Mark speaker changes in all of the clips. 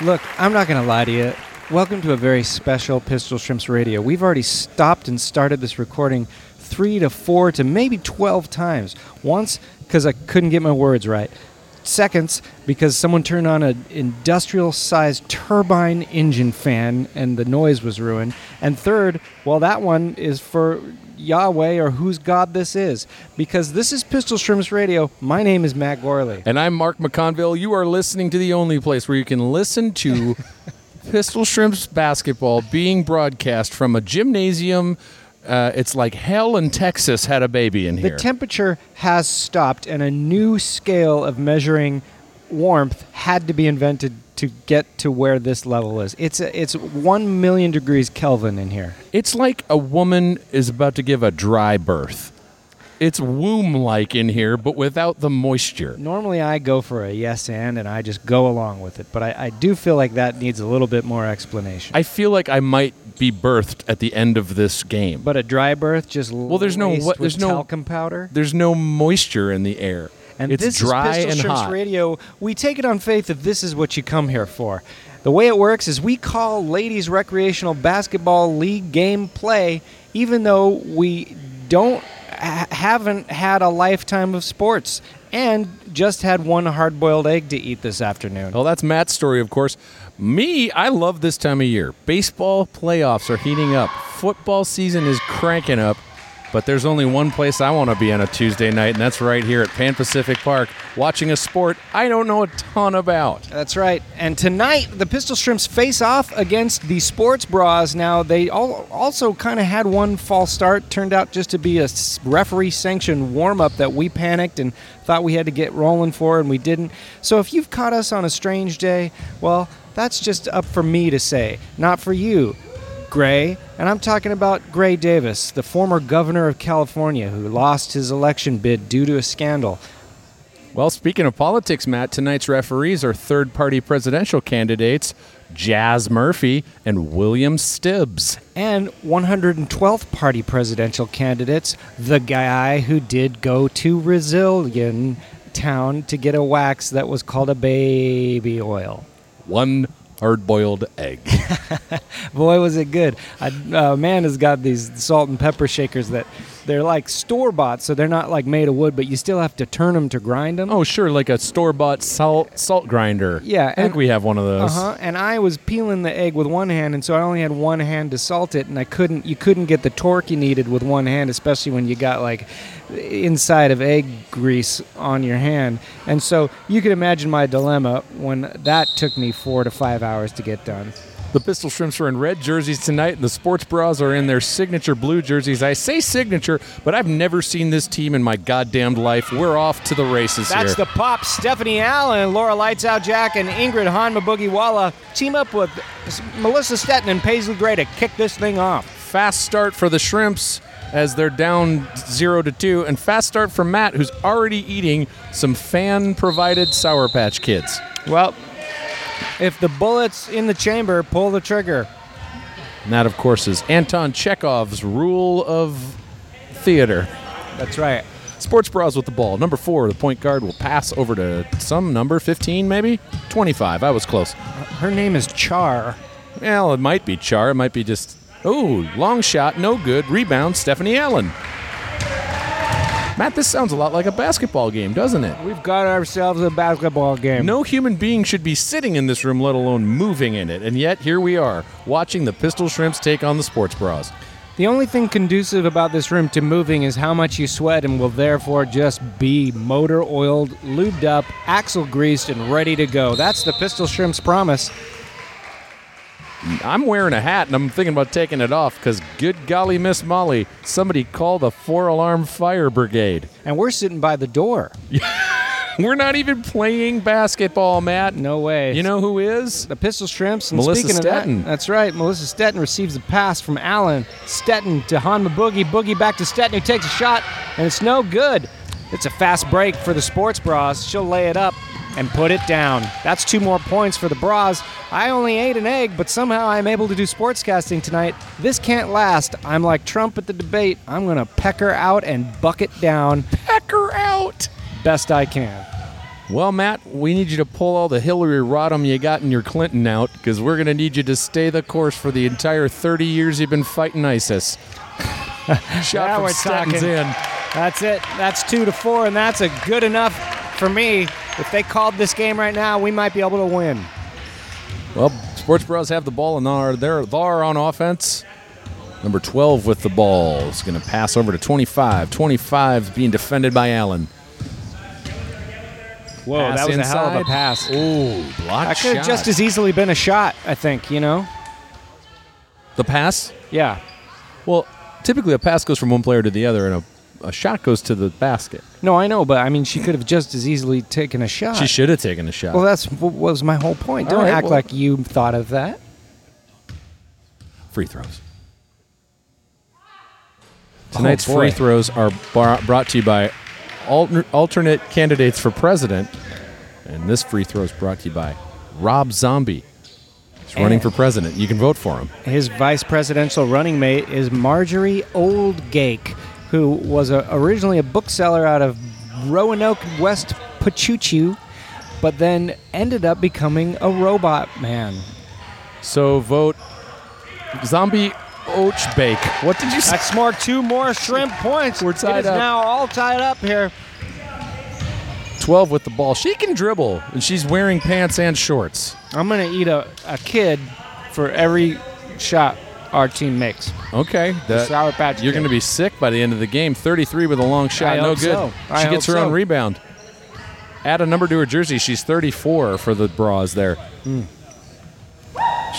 Speaker 1: Look, I'm not going to lie to you. Welcome to a very special Pistol Shrimps Radio. We've already stopped and started this recording three to four to maybe 12 times. Once, because I couldn't get my words right. Seconds, because someone turned on an industrial sized turbine engine fan and the noise was ruined. And third, well, that one is for Yahweh or whose God this is, because this is Pistol Shrimps Radio. My name is Matt Gorley.
Speaker 2: And I'm Mark McConville. You are listening to the only place where you can listen to Pistol Shrimps basketball being broadcast from a gymnasium. Uh, it's like hell in Texas had a baby in here.
Speaker 1: The temperature has stopped, and a new scale of measuring warmth had to be invented to get to where this level is. It's a, it's one million degrees Kelvin in here.
Speaker 2: it's like a woman is about to give a dry birth. It's womb like in here, but without the moisture.
Speaker 1: Normally, I go for a yes and, and I just go along with it. But I, I do feel like that needs a little bit more explanation.
Speaker 2: I feel like I might be birthed at the end of this game.
Speaker 1: but a dry birth just well,
Speaker 2: there's no what- there's no-
Speaker 1: talcum powder.
Speaker 2: there's no moisture in the air.
Speaker 1: And
Speaker 2: it's
Speaker 1: this
Speaker 2: dry
Speaker 1: is Pistol
Speaker 2: and
Speaker 1: Shrimps
Speaker 2: hot.
Speaker 1: Radio. We take it on faith that this is what you come here for. The way it works is we call ladies recreational basketball league game play, even though we don't ha- haven't had a lifetime of sports and just had one hard-boiled egg to eat this afternoon.
Speaker 2: Well, that's Matt's story, of course. Me, I love this time of year. Baseball playoffs are heating up. Football season is cranking up. But there's only one place I want to be on a Tuesday night, and that's right here at Pan Pacific Park, watching a sport I don't know a ton about.
Speaker 1: That's right. And tonight, the Pistol Shrimps face off against the Sports Bras. Now, they all also kind of had one false start. Turned out just to be a referee sanctioned warm up that we panicked and thought we had to get rolling for, and we didn't. So if you've caught us on a strange day, well, that's just up for me to say, not for you. Gray, and I'm talking about Gray Davis, the former governor of California who lost his election bid due to a scandal.
Speaker 2: Well, speaking of politics, Matt, tonight's referees are third party presidential candidates Jazz Murphy and William Stibbs.
Speaker 1: and 112th party presidential candidates, the guy who did go to Brazilian town to get a wax that was called a baby oil.
Speaker 2: One hard boiled egg.
Speaker 1: Boy, was it good! A uh, man has got these salt and pepper shakers that they're like store bought, so they're not like made of wood, but you still have to turn them to grind them.
Speaker 2: Oh, sure, like a store bought salt salt grinder.
Speaker 1: Yeah,
Speaker 2: I think
Speaker 1: and-
Speaker 2: we have one of those.
Speaker 1: Uh huh. And I was peeling the egg with one hand, and so I only had one hand to salt it, and I couldn't. You couldn't get the torque you needed with one hand, especially when you got like inside of egg grease on your hand. And so you could imagine my dilemma when that took me four to five hours to get done.
Speaker 2: The Pistol Shrimps are in red jerseys tonight, and the Sports Bras are in their signature blue jerseys. I say signature, but I've never seen this team in my goddamn life. We're off to the races
Speaker 1: That's
Speaker 2: here.
Speaker 1: the pop. Stephanie Allen, Laura Lights Out Jack, and Ingrid Hanma Boogie Walla team up with Melissa Stetton and Paisley Gray to kick this thing off.
Speaker 2: fast start for the Shrimps as they're down zero to two, and fast start for Matt, who's already eating some fan-provided Sour Patch Kids.
Speaker 1: Well, if the bullet's in the chamber, pull the trigger.
Speaker 2: And that, of course, is Anton Chekhov's rule of theater.
Speaker 1: That's right.
Speaker 2: Sports Bras with the ball. Number four, the point guard will pass over to some number, 15 maybe? 25. I was close.
Speaker 1: Her name is Char.
Speaker 2: Well, it might be Char. It might be just, oh, long shot, no good. Rebound, Stephanie Allen. Matt, this sounds a lot like a basketball game, doesn't it?
Speaker 1: We've got ourselves a basketball game.
Speaker 2: No human being should be sitting in this room, let alone moving in it. And yet, here we are, watching the Pistol Shrimps take on the Sports Bras.
Speaker 1: The only thing conducive about this room to moving is how much you sweat and will therefore just be motor oiled, lubed up, axle greased, and ready to go. That's the Pistol Shrimp's promise.
Speaker 2: I'm wearing a hat and I'm thinking about taking it off because, good golly, Miss Molly, somebody call the four alarm fire brigade.
Speaker 1: And we're sitting by the door.
Speaker 2: We're not even playing basketball, Matt.
Speaker 1: No way.
Speaker 2: You know who is?
Speaker 1: the pistol shrimps. And
Speaker 2: Melissa
Speaker 1: speaking Of
Speaker 2: Stetton.
Speaker 1: that, that's right. Melissa Stetton receives a pass from Allen. Stetton to Hanma Boogie. Boogie back to Stetton, who takes a shot, and it's no good. It's a fast break for the sports bras. She'll lay it up and put it down. That's two more points for the bras. I only ate an egg, but somehow I'm able to do sportscasting tonight. This can't last. I'm like Trump at the debate. I'm going to peck her out and bucket down
Speaker 2: Heck her out.
Speaker 1: best I can.
Speaker 2: Well, Matt, we need you to pull all the Hillary Rodham you got in your Clinton out because we're going to need you to stay the course for the entire 30 years you've been fighting ISIS. Shot
Speaker 1: Now
Speaker 2: from
Speaker 1: we're
Speaker 2: Stetton's
Speaker 1: talking.
Speaker 2: in.
Speaker 1: That's it. That's two to four, and that's a good enough for me. If they called this game right now, we might be able to win.
Speaker 2: Well, Sports Bros have the ball and are there. They're on offense. Number 12 with the ball is going to pass over to 25. 25 's being defended by Allen.
Speaker 1: Whoa,
Speaker 2: Pass
Speaker 1: Oh, that was a hell of a
Speaker 2: inside.
Speaker 1: pass.
Speaker 2: Ooh, block
Speaker 1: That
Speaker 2: shot.
Speaker 1: could have just as easily been a shot, I think, you know?
Speaker 2: the pass?
Speaker 1: Yeah.
Speaker 2: Well, typically a pass goes from one player to the other and a, a shot goes to the basket.
Speaker 1: No, I know, but I mean, she could have just as easily taken a shot.
Speaker 2: She should have taken a shot.
Speaker 1: well, that's what was my whole point.
Speaker 2: All
Speaker 1: Don't
Speaker 2: right,
Speaker 1: act
Speaker 2: well-
Speaker 1: like you thought of that.
Speaker 2: free throws. Tonight's
Speaker 1: boy.
Speaker 2: free throws are bar- brought to you by alter- alternate candidates for president, and this free throw is brought to you by Rob Zombie. He's running for president. You can vote for him.
Speaker 1: His vice presidential running mate is Marjorie Oldgake, who was a, originally a bookseller out of Roanoke, West Pachuchu, but then ended up becoming a robot man.
Speaker 2: So vote Zombie Oachbake. What did you say?
Speaker 1: That's more two more shrimp points.
Speaker 2: We're
Speaker 1: it
Speaker 2: tied
Speaker 1: is
Speaker 2: up.
Speaker 1: now all tied up here.
Speaker 2: 12 with the ball. She can dribble, and she's wearing pants and shorts.
Speaker 1: I'm gonna eat a, a kid for every shot our team makes.
Speaker 2: Okay. that-
Speaker 1: Sour Patch
Speaker 2: you're
Speaker 1: Kid.
Speaker 2: going to be sick by the end of the game. 33 with a long shot.
Speaker 1: I
Speaker 2: no
Speaker 1: hope
Speaker 2: good.
Speaker 1: so. I
Speaker 2: she gets her
Speaker 1: hope
Speaker 2: own
Speaker 1: so.
Speaker 2: rebound. Add a number to her jersey. She's 34 for the bras there.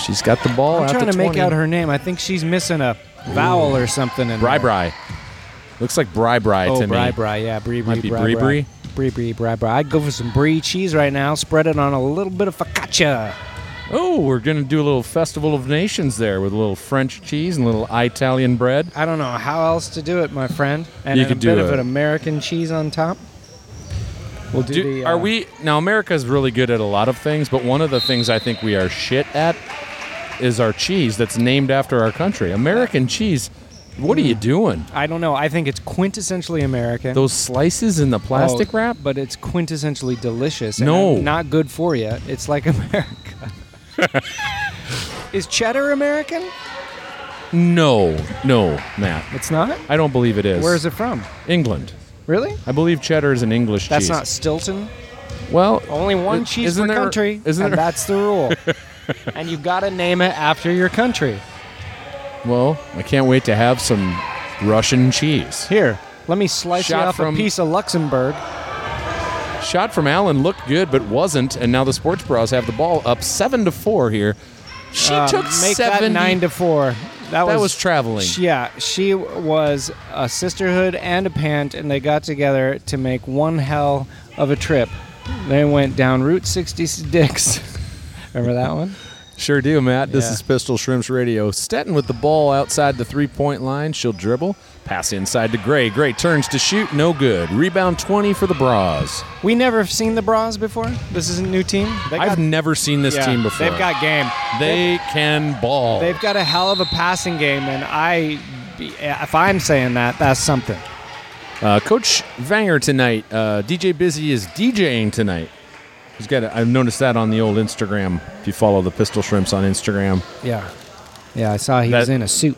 Speaker 2: She's got the ball.
Speaker 1: Hmm. I'm
Speaker 2: out
Speaker 1: trying
Speaker 2: to
Speaker 1: to make
Speaker 2: 20.
Speaker 1: out her name. I think she's missing a vowel or something. In
Speaker 2: Bri
Speaker 1: there.
Speaker 2: Bri. Looks like Bri Bri
Speaker 1: Oh,
Speaker 2: to
Speaker 1: bri
Speaker 2: me.
Speaker 1: bri, yeah, brie brie
Speaker 2: Might be
Speaker 1: bri
Speaker 2: brie
Speaker 1: bri. Brie brie bri bri. I'd go for some brie cheese right now. Spread it on a little bit of focaccia.
Speaker 2: Oh, we're going to do a little Festival of Nations there with a little French cheese and a little Italian bread.
Speaker 1: I don't know how else to do it, my friend. And
Speaker 2: You
Speaker 1: then a
Speaker 2: could do
Speaker 1: bit of
Speaker 2: a-
Speaker 1: an American cheese on top. We'll do,
Speaker 2: Do-
Speaker 1: the.
Speaker 2: are
Speaker 1: uh,
Speaker 2: we now? America's really good at a lot of things, but one of the things I think we are shit at is our cheese that's named after our country. American cheese. What are
Speaker 1: Mm.
Speaker 2: you doing?
Speaker 1: I don't know. I think it's quintessentially American.
Speaker 2: Those slices in the plastic
Speaker 1: Oh,
Speaker 2: wrap?
Speaker 1: but it's quintessentially delicious. and
Speaker 2: No.
Speaker 1: not good for you. It's like America. Is cheddar American?
Speaker 2: No, no, Matt.
Speaker 1: It's not.
Speaker 2: I don't believe it is.
Speaker 1: Where is it from?
Speaker 2: England.
Speaker 1: Really?
Speaker 2: I believe cheddar is an English
Speaker 1: That's
Speaker 2: cheese.
Speaker 1: not Stilton.
Speaker 2: well.
Speaker 1: Only one
Speaker 2: i-
Speaker 1: cheese
Speaker 2: isn't
Speaker 1: per
Speaker 2: there-
Speaker 1: country,
Speaker 2: Isn't
Speaker 1: and
Speaker 2: there?
Speaker 1: that's the rule. and you gotta name it after your country.
Speaker 2: Well, I can't wait to have some Russian cheese.
Speaker 1: Here, let me slice you
Speaker 2: Shot
Speaker 1: off
Speaker 2: from-
Speaker 1: a piece of Luxembourg.
Speaker 2: Shot from Allen looked good, but wasn't, and now the Sports Bros have the ball up seven to four here. She
Speaker 1: Uh,
Speaker 2: took
Speaker 1: make
Speaker 2: seven
Speaker 1: that nine to four. That,
Speaker 2: That was traveling.
Speaker 1: Yeah, she was a sisterhood and a pant, and they got together to make one hell of a trip. They went down Route 66. Remember that one?
Speaker 2: Sure do, Matt. This
Speaker 1: Yeah.
Speaker 2: is Pistol Shrimps Radio. Stetton with the ball outside the three point line. She'll dribble. Pass inside to Gray. Gray turns to shoot. No good. Rebound 20 for the Bras.
Speaker 1: We never have seen the Bras before. This is a new team. They
Speaker 2: I've
Speaker 1: got-
Speaker 2: never seen this
Speaker 1: yeah,
Speaker 2: team before.
Speaker 1: They've got game.
Speaker 2: They can ball.
Speaker 1: They've got a hell of a passing game, and I, if I'm saying that, that's something.
Speaker 2: Uh, Coach Vanger tonight. Uh, DJ Busy is DJing tonight. He's got. A, I've noticed that on the old Instagram. If you follow the Pistol Shrimps on Instagram,
Speaker 1: Yeah, yeah. I saw he was
Speaker 2: That-
Speaker 1: in a suit.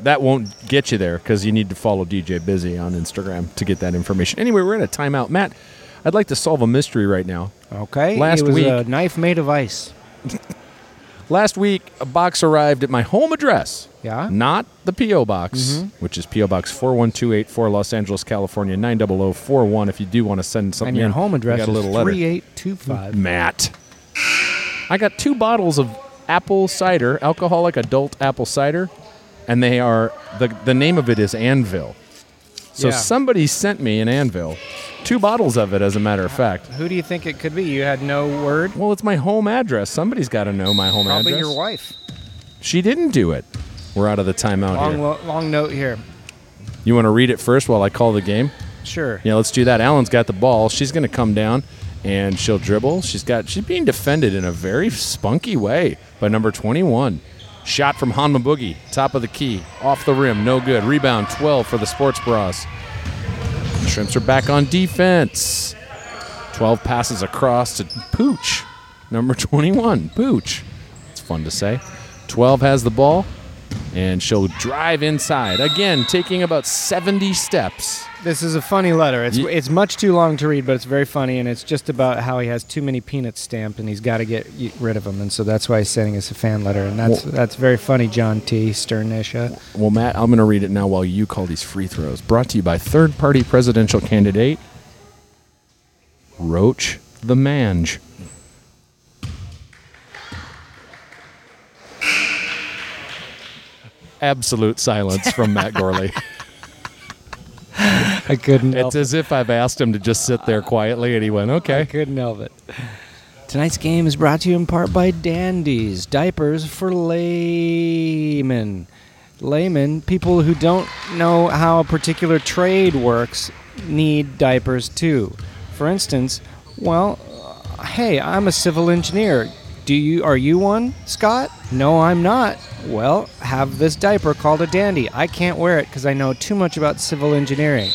Speaker 2: that won't get you there because you need to follow DJ Busy on Instagram to get that information. Anyway, we're in a timeout. Matt, I'd like to solve a mystery right now.
Speaker 1: Okay.
Speaker 2: Last
Speaker 1: it was
Speaker 2: week-
Speaker 1: a knife made of ice.
Speaker 2: Last week, a box arrived at my home address.
Speaker 1: Yeah. Mm-hmm.
Speaker 2: Not the P.O. Box, which is P.O. Box 41284 Los Angeles, California, 90041. If you do want to send something
Speaker 1: And your
Speaker 2: in,
Speaker 1: home
Speaker 2: we
Speaker 1: address
Speaker 2: got a little
Speaker 1: is
Speaker 2: letter.
Speaker 1: three eight two five.
Speaker 2: Matt. I got two bottles of apple cider, alcoholic adult apple cider, and they are the the name of it is Anvil. So
Speaker 1: Yeah.
Speaker 2: somebody sent me an Anvil, two bottles of it, as a matter of fact.
Speaker 1: Who do you think it could be? You had no word.
Speaker 2: Well, it's my home address. Somebody's got to know my home
Speaker 1: Probably
Speaker 2: address.
Speaker 1: your wife.
Speaker 2: She didn't do it. We're out of the timeout
Speaker 1: Long,
Speaker 2: here.
Speaker 1: lo- long note here.
Speaker 2: you want to read it first while I call the game?
Speaker 1: Sure.
Speaker 2: Yeah, let's do that. Allen's got the ball. She's going to come down and she'll dribble. She's got she's being defended in a very spunky way by number 21. Shot from Hanma Boogie, top of the key, off the rim, no good. Rebound 12 for the Sports Bras. Shrimps are back on defense. 12 passes across to Pooch, number 21. Pooch. It's fun to say. 12 has the ball and she'll drive inside. Again, taking about 70 steps.
Speaker 1: This is a funny letter. It's
Speaker 2: Ye-
Speaker 1: it's much too long to read, but it's very funny, and it's just about how he has too many peanuts stamped, and he's got to get y- rid of them, and so that's why he's sending us a fan letter, and that's
Speaker 2: Well-
Speaker 1: that's very funny, John T. Sternisha.
Speaker 2: Well, Matt, I'm going to read it now while you call these free throws. Brought to you by third party presidential candidate Roach the Mange. Absolute silence from Matt Gorley.
Speaker 1: I couldn't. help
Speaker 2: it's as if I've asked him to just sit there quietly, and he went,
Speaker 1: I
Speaker 2: okay.
Speaker 1: couldn't help it. Tonight's game is brought to you in part by Dandies, diapers for laymen. Laymen, people who don't know how a particular trade works, need diapers too. For instance, well, uh, hey, I'm a civil engineer. Do you are you one, Scott? No, I'm not. Well, have this diaper called a dandy. I can't wear it because I know too much about civil engineering.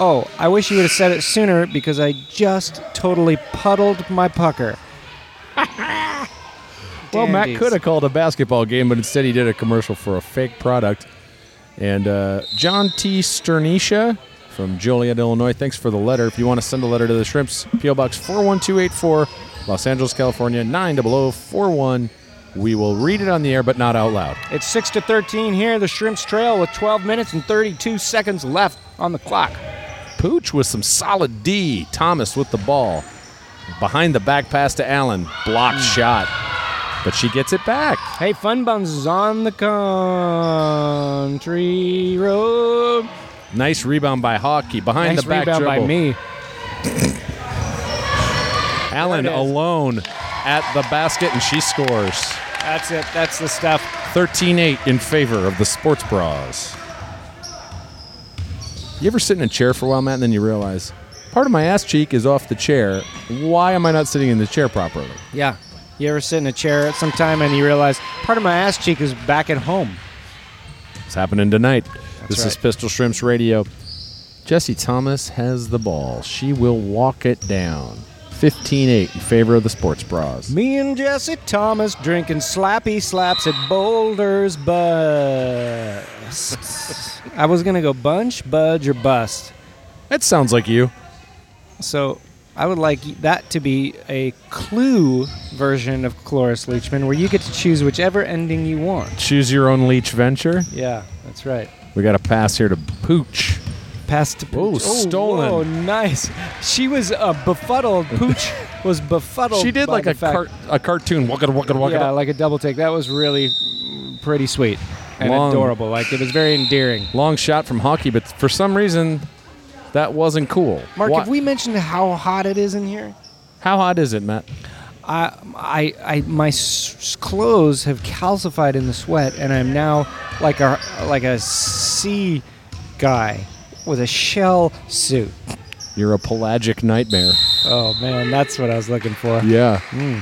Speaker 1: Oh, I wish you would have said it sooner because I just totally puddled my pucker.
Speaker 2: Well, Matt
Speaker 1: Dandies.
Speaker 2: could have called a basketball game, but instead he did a commercial for a fake product. And uh, John T. Sternisha from Joliet, Illinois, thanks for the letter. If you want to send a letter to the Shrimps, P.O. Box 41284, Los Angeles, California, 90041. We will read it on the air, but not out loud.
Speaker 1: It's 6 to 13 here, the Shrimps Trail, with 12 minutes and 32 seconds left on the clock.
Speaker 2: Pooch with some solid D. Thomas with the ball. Behind the back pass to Allen. Blocked
Speaker 1: Mm.
Speaker 2: shot. But she gets it back.
Speaker 1: Hey, Fun Buns is on the country road.
Speaker 2: Nice rebound by Hockey. Behind
Speaker 1: nice
Speaker 2: the back
Speaker 1: rebound by
Speaker 2: dribble.
Speaker 1: me.
Speaker 2: Allen
Speaker 1: There it is.
Speaker 2: alone at the basket, and she scores.
Speaker 1: That's it. That's the stuff.
Speaker 2: 13 8 in favor of the Sports Bras. You ever sit in a chair for a while, Matt, and then you realize part of my ass cheek is off the chair. Why am I not sitting in the chair properly?
Speaker 1: Yeah. You ever sit in a chair at some time and you realize part of my ass cheek is back at home?
Speaker 2: It's happening tonight. this is
Speaker 1: right.
Speaker 2: Pistol Shrimps Radio. Jesse Thomas has the ball. She will walk it down. 15 8 in favor of the Sports Bras.
Speaker 1: Me and Jesse Thomas drinking slappy slaps at Boulder's Bust. I was gonna go bunch, budge, or bust.
Speaker 2: That sounds like you.
Speaker 1: So I would like that to be a clue version of Cloris Leachman, where you get to choose whichever ending you want.
Speaker 2: Choose your own leech venture.
Speaker 1: Yeah, that's right.
Speaker 2: We got a pass here to Pooch.
Speaker 1: Pass to Pooch.
Speaker 2: Whoa, stolen.
Speaker 1: Oh, nice. She was uh, befuddled. Pooch was befuddled.
Speaker 2: She did
Speaker 1: by
Speaker 2: like
Speaker 1: the
Speaker 2: a
Speaker 1: fact-
Speaker 2: car- a cartoon. Walk it, walk it, walk
Speaker 1: yeah,
Speaker 2: it.
Speaker 1: like a double take. That was really mm, pretty sweet and
Speaker 2: Long.
Speaker 1: adorable. Like it was very endearing.
Speaker 2: Long shot from hockey, but for some reason, that wasn't cool.
Speaker 1: Mark,
Speaker 2: Why-
Speaker 1: have we mentioned how hot it is in here?
Speaker 2: How hot is it, Matt?
Speaker 1: I, I, I my s- clothes have calcified in the sweat, and I'm now like a like a sea guy with a shell suit.
Speaker 2: You're a pelagic nightmare.
Speaker 1: Oh man, that's what I was looking for.
Speaker 2: Yeah.
Speaker 1: Hmm.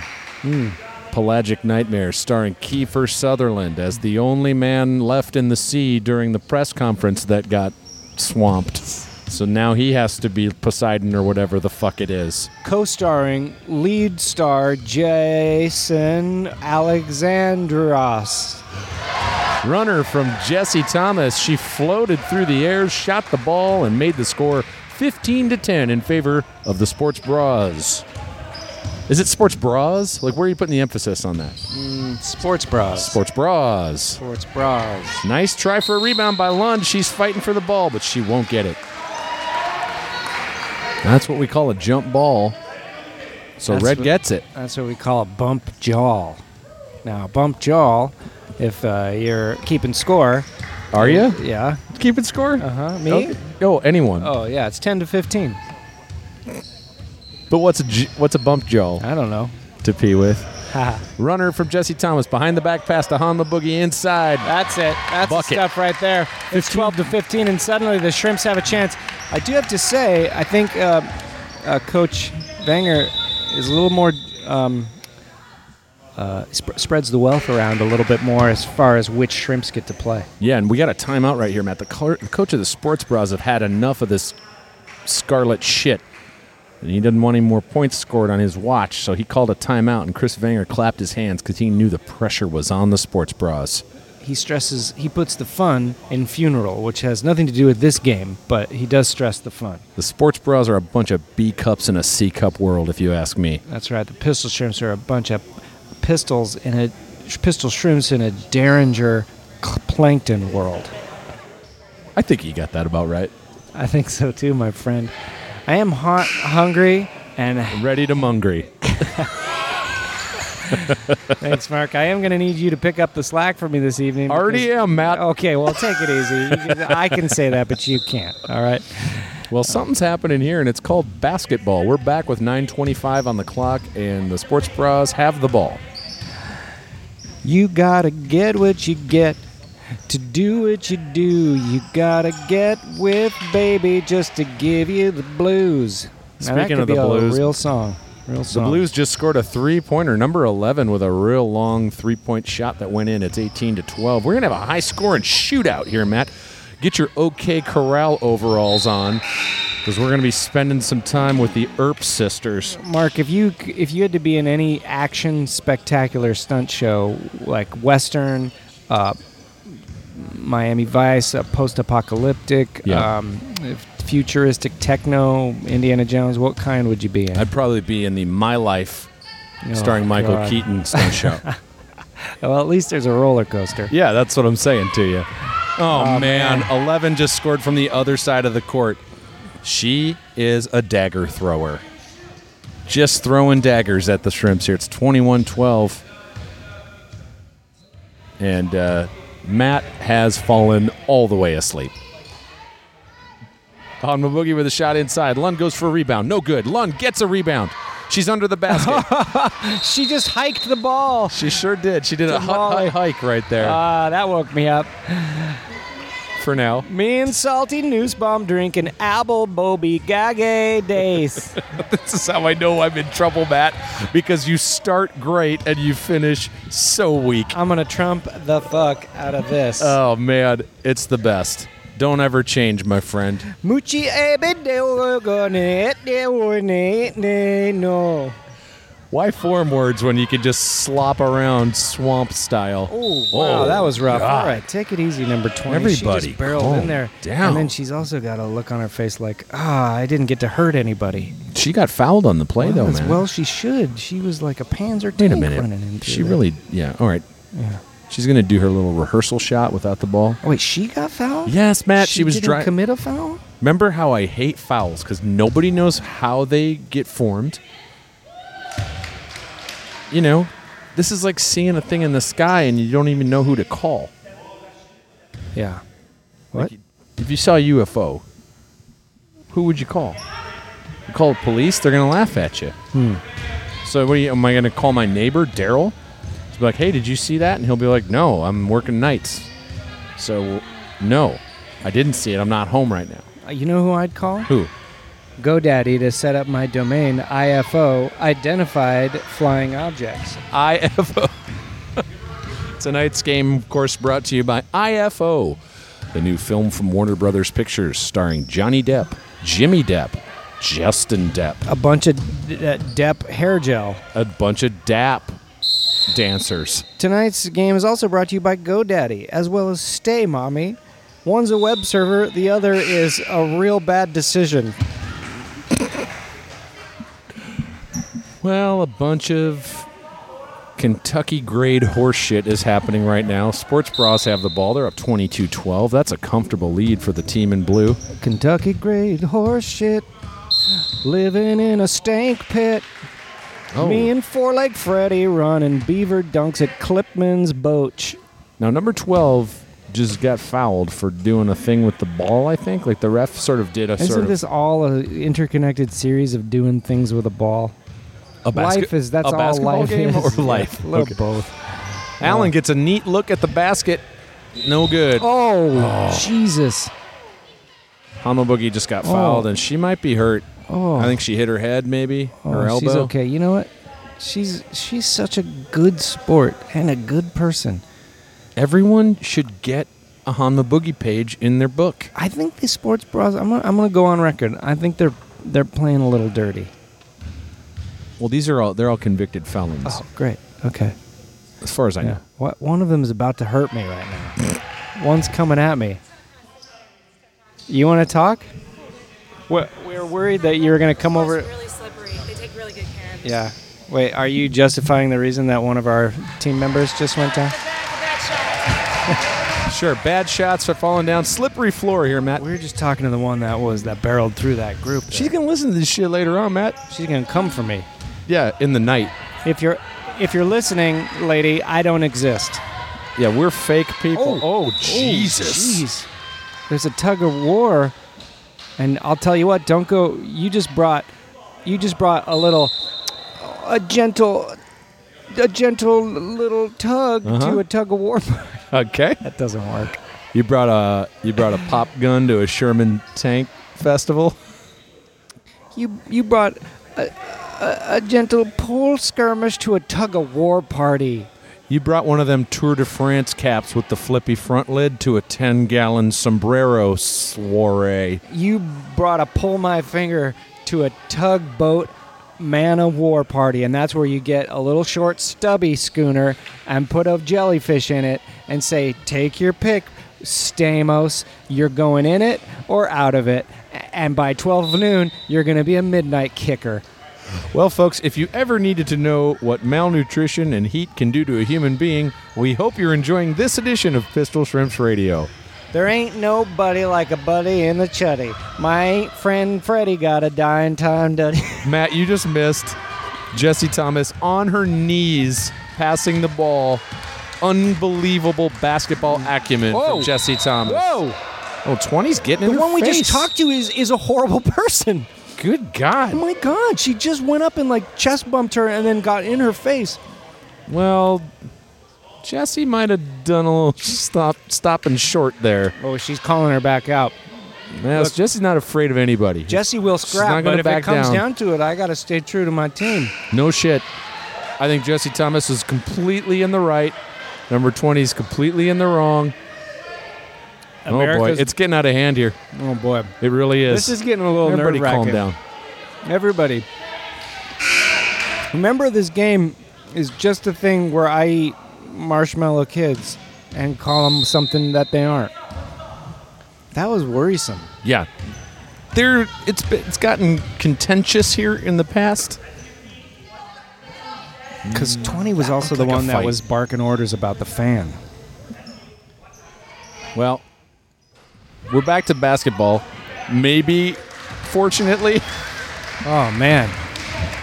Speaker 2: Pelagic Nightmare, starring Kiefer Sutherland as the only man left in the sea during the press conference that got swamped. So now he has to be Poseidon or whatever the fuck it is.
Speaker 1: Co-starring lead star Jason Alexandros.
Speaker 2: Runner from Jesse Thomas. She floated through the air, shot the ball, and made the score 15 to 10 in favor of the Sports Bras. Is it Sports Bras? Like, where are you putting the emphasis on that?
Speaker 1: Sports bras.
Speaker 2: Sports Bras.
Speaker 1: Sports bras.
Speaker 2: Nice try for a rebound by Lund. She's fighting for the ball, but she won't get it. That's what we call a jump ball. So
Speaker 1: That's
Speaker 2: Red
Speaker 1: what-
Speaker 2: gets it.
Speaker 1: That's what we call a bump jaw. Now, bump jaw, if uh, you're keeping score.
Speaker 2: Are you?
Speaker 1: Yeah.
Speaker 2: Keeping score? Uh
Speaker 1: Uh-huh, me?
Speaker 2: Oh, anyone.
Speaker 1: Oh, yeah, it's 10 to 15.
Speaker 2: But what's a j- what's a bump jaw
Speaker 1: I don't know.
Speaker 2: to pee with?
Speaker 1: Haha.
Speaker 2: Runner from Jesse Thomas behind the back pass to Hanma Boogie inside.
Speaker 1: That's it. That's
Speaker 2: Bucket.
Speaker 1: the stuff right there. It's 12 to 15, and suddenly the Shrimps have a chance. I do have to say, I think uh, uh, Coach Vanger is a little more. Um, uh, sp- spreads the wealth around a little bit more as far as which shrimps get to play.
Speaker 2: Yeah, and we got a timeout right here, Matt. The, color, the coach of the sports bras have had enough of this scarlet shit. And he didn't want any more points scored on his watch, so he called a timeout, and Chris Vanger clapped his hands because he knew the pressure was on the sports bras.
Speaker 1: He stresses, he puts the fun in funeral, which has nothing to do with this game, but he does stress the fun.
Speaker 2: The sports bras are a bunch of B cups in a C cup world, if you ask me.
Speaker 1: That's right. The pistol shrimps are a bunch of pistols in a pistol shrimps in a derringer cl- plankton world.
Speaker 2: I think he got that about right.
Speaker 1: I think so too, my friend. I am hot, hungry, and
Speaker 2: Ready to mungry.
Speaker 1: thanks, Mark. I am going to need you to pick up the slack for me this evening. because-
Speaker 2: Already am, Matt.
Speaker 1: Okay, well, take it easy. You can- I can say that, but you can't. All right.
Speaker 2: Well, something's happening here, and it's called basketball. We're back with 9:25 on the clock, and the sports bras have the ball.
Speaker 1: You gotta get what you get. To do what you do, you gotta get with baby just to give you the blues. Now, that
Speaker 2: Speaking
Speaker 1: could
Speaker 2: of the
Speaker 1: be a
Speaker 2: blues-
Speaker 1: real song, real
Speaker 2: The
Speaker 1: song.
Speaker 2: Blues just scored a three-pointer, number 11, with a real long three-point shot that went in. It's 18 to 12. We're gonna have a high-scoring shootout here, Matt. Get your OK Corral overalls on, because we're gonna be spending some time with the Earp sisters.
Speaker 1: Mark, if you if you had to be in any action spectacular stunt show like Western, uh, Miami Vice, uh, post-apocalyptic,
Speaker 2: Yeah.
Speaker 1: um, if futuristic techno, Indiana Jones, what kind would you be in?
Speaker 2: I'd probably be in the My Life,
Speaker 1: Oh,
Speaker 2: starring Michael
Speaker 1: God.
Speaker 2: Keaton stunt show.
Speaker 1: Well, at least there's a roller coaster.
Speaker 2: Yeah, that's what I'm saying to you. Oh, man. 11 just scored from the other side of the court. She is a dagger thrower. Just throwing daggers at the shrimps here. It's 21 12. And uh, Matt has fallen all the way asleep. On Mabugi with a shot inside. Lund goes for a rebound. No good. Lund gets a rebound. She's under the basket.
Speaker 1: She just hiked the ball.
Speaker 2: she sure did. She did a hut, hut,
Speaker 1: Tamale.
Speaker 2: hike right there
Speaker 1: Ah, that woke me up.
Speaker 2: for now.
Speaker 1: Me and salty noose bomb drinking apple boby gage days.
Speaker 2: This is how I know I'm in trouble, Matt, because you start great and you finish so weak.
Speaker 1: I'm gonna trump the fuck out of this.
Speaker 2: Oh, man, it's the best. Don't ever change, my friend.
Speaker 1: Muchi uh, no.
Speaker 2: Why form words when you can just slop around swamp style?
Speaker 1: Oh, wow, that was rough.
Speaker 2: God.
Speaker 1: All right, take it easy, number 20. she
Speaker 2: Everybody,
Speaker 1: just barreled
Speaker 2: calm
Speaker 1: in there.
Speaker 2: down.
Speaker 1: And then she's also got a look on her face like, ah, I didn't get to hurt anybody.
Speaker 2: She got fouled on the play, though,
Speaker 1: well, as
Speaker 2: man.
Speaker 1: well, she should. She was like a panzer
Speaker 2: Wait a
Speaker 1: tank running in
Speaker 2: minute.
Speaker 1: through
Speaker 2: She
Speaker 1: there.
Speaker 2: really, yeah, all right.
Speaker 1: Yeah.
Speaker 2: She's going to do her little rehearsal shot without the ball.
Speaker 1: Oh, wait, she got fouled?
Speaker 2: Yes, Matt, she was
Speaker 1: didn't
Speaker 2: dri-
Speaker 1: commit a foul?
Speaker 2: Remember how I hate fouls because nobody knows how they get formed. You know, this is like seeing a thing in the sky and you don't even know who to call.
Speaker 1: Yeah. What?
Speaker 2: If you saw a UFO, who would you call? You call the police, they're gonna laugh at you. Hmm. So what do you, am I gonna call my neighbor Daryl? To be like, hey, did you see that? And he'll be like, no, I'm working nights. So, no, I didn't see it. I'm not home right now.
Speaker 1: Uh, you know who I'd call?
Speaker 2: Who?
Speaker 1: GoDaddy to set up my domain IFO identified flying objects.
Speaker 2: IFO. Tonight's game, of course, brought to you by IFO, the new film from Warner Brothers Pictures starring Johnny Depp, Jimmy Depp, Justin Depp,
Speaker 1: A bunch of d- uh, Depp hair gel.
Speaker 2: a bunch of Dap dancers.
Speaker 1: Tonight's game is also brought to you by GoDaddy, as well as Stay Mommy. One's a web server, the other is a real bad decision.
Speaker 2: Well, a bunch of Kentucky grade horseshit is happening right now. Sports Bras have the ball. They're up 22 12. That's a comfortable lead for the team in blue.
Speaker 1: Kentucky grade horse shit. Living in a stank pit.
Speaker 2: Oh.
Speaker 1: Me and Four Leg Freddy running beaver dunks at Clipman's Boach.
Speaker 2: Now, number 12 just got fouled for doing a thing with the ball, I think. Like the ref sort of did a sort
Speaker 1: Isn't
Speaker 2: of
Speaker 1: this all an interconnected series of doing things with a ball?
Speaker 2: a basket-
Speaker 1: life is that's
Speaker 2: a
Speaker 1: all
Speaker 2: basketball
Speaker 1: life
Speaker 2: game
Speaker 1: is.
Speaker 2: or life.
Speaker 1: Yeah, well,
Speaker 2: Okay.
Speaker 1: both.
Speaker 2: Allen gets a neat look at the basket. No good.
Speaker 1: Oh, Jesus!
Speaker 2: Hama Boogie just got fouled,
Speaker 1: Oh.
Speaker 2: and she might be hurt.
Speaker 1: Oh.
Speaker 2: I think she hit her head, maybe her
Speaker 1: Oh,
Speaker 2: elbow.
Speaker 1: She's okay. You know what? She's she's such a good sport and a good person.
Speaker 2: Everyone should get a Hanma Boogie page in their book.
Speaker 1: I think these sports bras. I'm gonna, I'm gonna go on record. I think they're they're playing a little dirty.
Speaker 2: Well, these are all—they're all convicted felons,
Speaker 1: Oh, great. Okay.
Speaker 2: as far as I know.
Speaker 1: What? One of them is about to hurt me right now. One's coming at me. You want to talk? We're, we're worried that you're gonna come over.
Speaker 3: really slippery. They take really good care of
Speaker 1: Yeah. Wait. Are you justifying the reason that one of our team members just went down?
Speaker 2: Sure, bad shots are falling down. Slippery floor here, Matt.
Speaker 1: We were just talking to the one that was that barreled through that group.
Speaker 2: She's gonna listen to this shit later on, Matt.
Speaker 1: she's gonna come for me.
Speaker 2: Yeah, in the night.
Speaker 1: If you're if you're listening, lady, I don't exist.
Speaker 2: Yeah, we're fake people.
Speaker 1: Oh. Jeez. There's a tug of war. And I'll tell you what, don't go you just brought you just brought a little a gentle a gentle little tug
Speaker 2: Uh-huh.
Speaker 1: to a tug of war.
Speaker 2: Okay.
Speaker 1: that doesn't work.
Speaker 2: You brought a you brought a pop gun to a Sherman tank festival.
Speaker 1: You you brought a, a, a gentle pole skirmish to a tug of war party.
Speaker 2: You brought one of them Tour de France caps with the flippy front lid to a ten gallon sombrero soiree.
Speaker 1: You brought a pull my finger to a tugboat man of war party, and that's where you get a little short, stubby schooner and put a jellyfish in it and say, Take your pick, Stamos. You're going in it or out of it. A- And by 12 noon, you're going to be a midnight kicker.
Speaker 2: Well, folks, if you ever needed to know what malnutrition and heat can do to a human being, we hope you're enjoying this edition of Pistol Shrimps Radio.
Speaker 1: There ain't no buddy like a buddy in the chuddy. My ain't friend Freddie got a dying time duddy.
Speaker 2: Matt, you just missed Jesse Thomas on her knees passing the ball. Unbelievable basketball acumen
Speaker 1: Whoa.
Speaker 2: from Jesse Thomas.
Speaker 1: Whoa!
Speaker 2: Oh, 20's getting in
Speaker 1: The
Speaker 2: her
Speaker 1: one we
Speaker 2: face.
Speaker 1: just talked to is, is a horrible person.
Speaker 2: Good
Speaker 1: Oh
Speaker 2: God.
Speaker 1: my god, she just went up and like chest bumped her and then got in her face.
Speaker 2: Well, Jesse might have done a little stop, stopping short there.
Speaker 1: Oh, she's calling her back out.
Speaker 2: Yes, Jesse's not afraid of anybody.
Speaker 1: Jesse will
Speaker 2: She's not gonna
Speaker 1: scrap, but if
Speaker 2: back
Speaker 1: it comes
Speaker 2: down.
Speaker 1: down. to it, I gotta stay true to my team.
Speaker 2: no shit. I think Jesse Thomas is completely in the right. Number 20 is completely in the wrong. oh boy,
Speaker 1: America's-
Speaker 2: it's getting out of hand here.
Speaker 1: Oh boy,
Speaker 2: It really is.
Speaker 1: this is getting a little
Speaker 2: Everybody calm
Speaker 1: nerve-wracking.
Speaker 2: down.
Speaker 1: Everybody, remember this game is just a thing where I eat marshmallow kids and call them something that they aren't. That was worrisome.
Speaker 2: Yeah. There it's been- it's gotten contentious here in the past.
Speaker 1: Because 20 was also the
Speaker 2: Mm, looked like a
Speaker 1: one that
Speaker 2: fight.
Speaker 1: was barking orders about the fan.
Speaker 2: Well, we're back to basketball. Maybe fortunately,
Speaker 1: Oh man.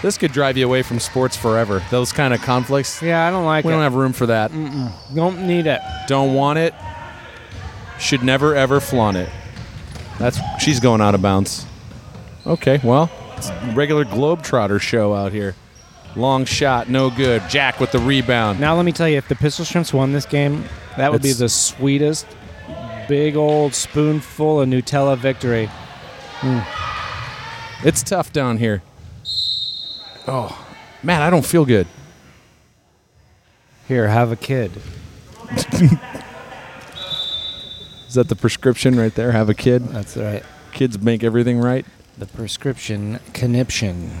Speaker 2: this could drive you away from sports forever. Those kind of conflicts.
Speaker 1: Yeah, I don't like
Speaker 2: We
Speaker 1: it.
Speaker 2: don't have room for that.
Speaker 1: don't need it.
Speaker 2: Don't want it. Should never ever flaunt it. That's she's going out of bounds. Okay, well, it's a regular Globetrotter show out here. Long shot, no good. Jack with the rebound.
Speaker 1: Now let me tell you, if the Pistol Shrimps won this game, that would be
Speaker 2: It's-
Speaker 1: the sweetest big old spoonful of Nutella victory.
Speaker 2: It's tough down here. Oh, man, I don't feel good.
Speaker 1: Here, have a kid.
Speaker 2: Is that the prescription right there? Have a kid.
Speaker 1: That's right.
Speaker 2: Kids make everything right.
Speaker 1: The prescription conniption.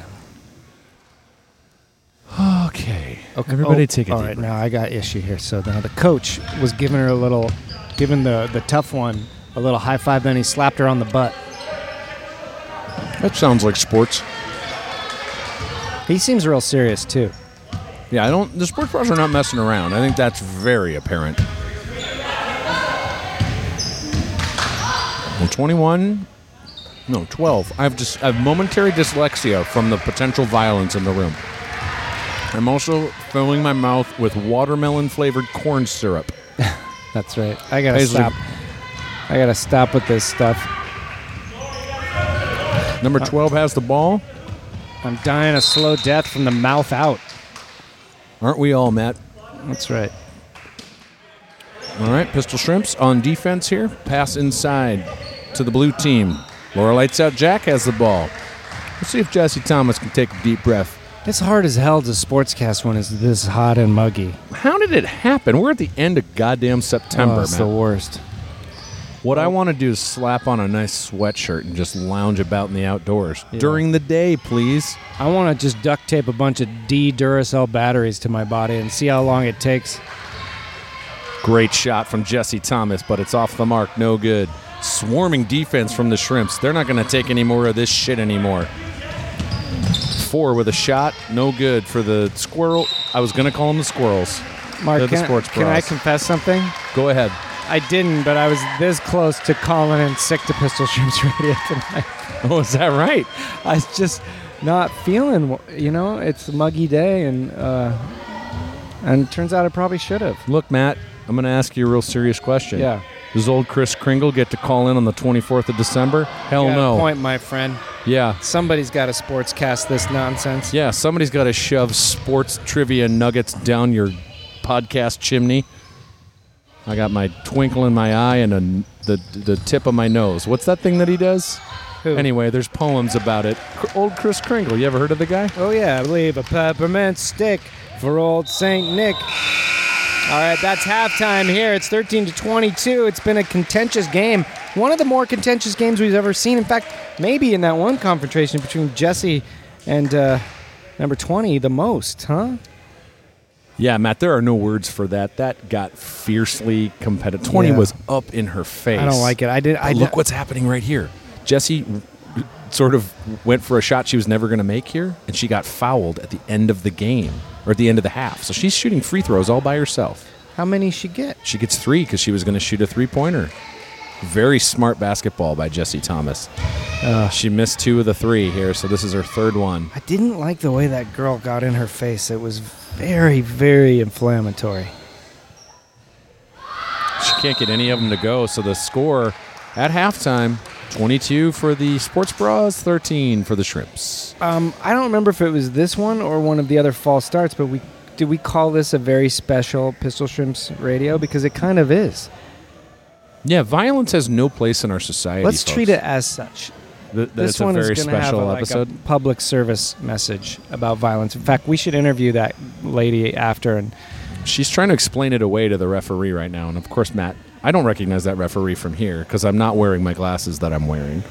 Speaker 2: Okay. Okay. Everybody take a
Speaker 1: oh, All
Speaker 2: deep
Speaker 1: right,
Speaker 2: breath.
Speaker 1: now I got issue here. So now the coach was giving her a little, giving the the tough one a little high five. Then he slapped her on the butt.
Speaker 2: That sounds like sports.
Speaker 1: He seems real serious too.
Speaker 2: Yeah, I don't. The sports bras are not messing around. I think that's very apparent. Well, 21. No, 12. I've just I've momentary dyslexia from the potential violence in the room. I'm also filling my mouth with watermelon flavored corn syrup.
Speaker 1: That's right. I gotta
Speaker 2: Paisley.
Speaker 1: stop. I gotta stop with this stuff.
Speaker 2: Number 12 has the ball.
Speaker 1: I'm dying a slow death from the mouth out.
Speaker 2: Aren't we all, Matt?
Speaker 1: That's right.
Speaker 2: All right, Pistol Shrimps on defense here. Pass inside to the blue team. Laura lights out. Jack has the ball. Let's see if Jesse Thomas can take a deep breath.
Speaker 1: It's hard as hell to sportscast when it's this hot and muggy.
Speaker 2: How did it happen? We're at the end of goddamn September,
Speaker 1: oh,
Speaker 2: man.
Speaker 1: it's the worst.
Speaker 2: What I want to do is slap on a nice sweatshirt and just lounge about in the outdoors during the day, please.
Speaker 1: I want to just duct tape a bunch of D Duracell batteries to my body and see how long it takes.
Speaker 2: Great shot from Jesse Thomas, but it's off the mark. No good. Swarming defense from the Shrimps. They're not going to take any more of this shit anymore. Four with a shot. No good for the squirrel. I was going to call them the squirrels.
Speaker 1: Mark,
Speaker 2: They're the
Speaker 1: can,
Speaker 2: sports
Speaker 1: can I
Speaker 2: bras.
Speaker 1: confess something?
Speaker 2: Go ahead.
Speaker 1: I didn't, but I was this close to calling in sick to Pistol Shrimps Radio tonight.
Speaker 2: Oh, is that right?
Speaker 1: I was just not feeling, w- you know, it's a muggy day, and uh, and it turns out I probably should have.
Speaker 2: Look, Matt, I'm going to ask you a real serious question.
Speaker 1: Yeah.
Speaker 2: Does old Chris Kringle get to call in on the 24th of December? Hell
Speaker 1: Got a
Speaker 2: no.
Speaker 1: Point, my friend.
Speaker 2: Yeah.
Speaker 1: Somebody's got a sportscast this nonsense.
Speaker 2: Yeah, somebody's got to shove sports trivia nuggets down your podcast chimney. I got my twinkle in my eye and a, the the tip of my nose. What's that thing that he does?
Speaker 1: Who?
Speaker 2: Anyway, there's poems about it. Cr- Old Chris Kringle. You ever heard of the guy?
Speaker 1: Oh yeah, leave a peppermint stick for old Saint Nick. All right, that's halftime here. It's 13 to 22. It's been a contentious game. One of the more contentious games we've ever seen. In fact, maybe in that one confrontation between Jesse and uh, number 20 the most, huh?
Speaker 2: Yeah, Matt. There are no words for that. That got fiercely competitive. Twenty
Speaker 1: Yeah.
Speaker 2: was up in her face.
Speaker 1: I don't like it. I did.
Speaker 2: But
Speaker 1: I did-
Speaker 2: look what's happening right here. Jesse sort of went for a shot she was never going to make here, and she got fouled at the end of the game or at the end of the half. So she's shooting free throws all by herself.
Speaker 1: How many she get?
Speaker 2: She gets three because she was going to shoot a three pointer. Very smart basketball by Jesse Thomas. she missed two of the three here, so this is her third one.
Speaker 1: I didn't like the way that girl got in her face. It was very, very inflammatory.
Speaker 2: She can't get any of them to go, so the score at halftime 22 for the Sports Bras, 13 for the Shrimps.
Speaker 1: Um, I don't remember if it was this one or one of the other false starts, but we did we call this a very special Pistol Shrimps radio because it kind of is.
Speaker 2: Yeah, violence has no place in our society.
Speaker 1: Let's
Speaker 2: folks.
Speaker 1: treat it as such.
Speaker 2: Th-
Speaker 1: This
Speaker 2: that's
Speaker 1: one
Speaker 2: a very
Speaker 1: is going to have
Speaker 2: special
Speaker 1: a, like, a
Speaker 2: episode.
Speaker 1: public service message about violence. In fact, we should interview that lady after and
Speaker 2: She's trying to explain it away to the referee right now, and of course, Matt, I don't recognize that referee from here because I'm not wearing my glasses that I'm wearing.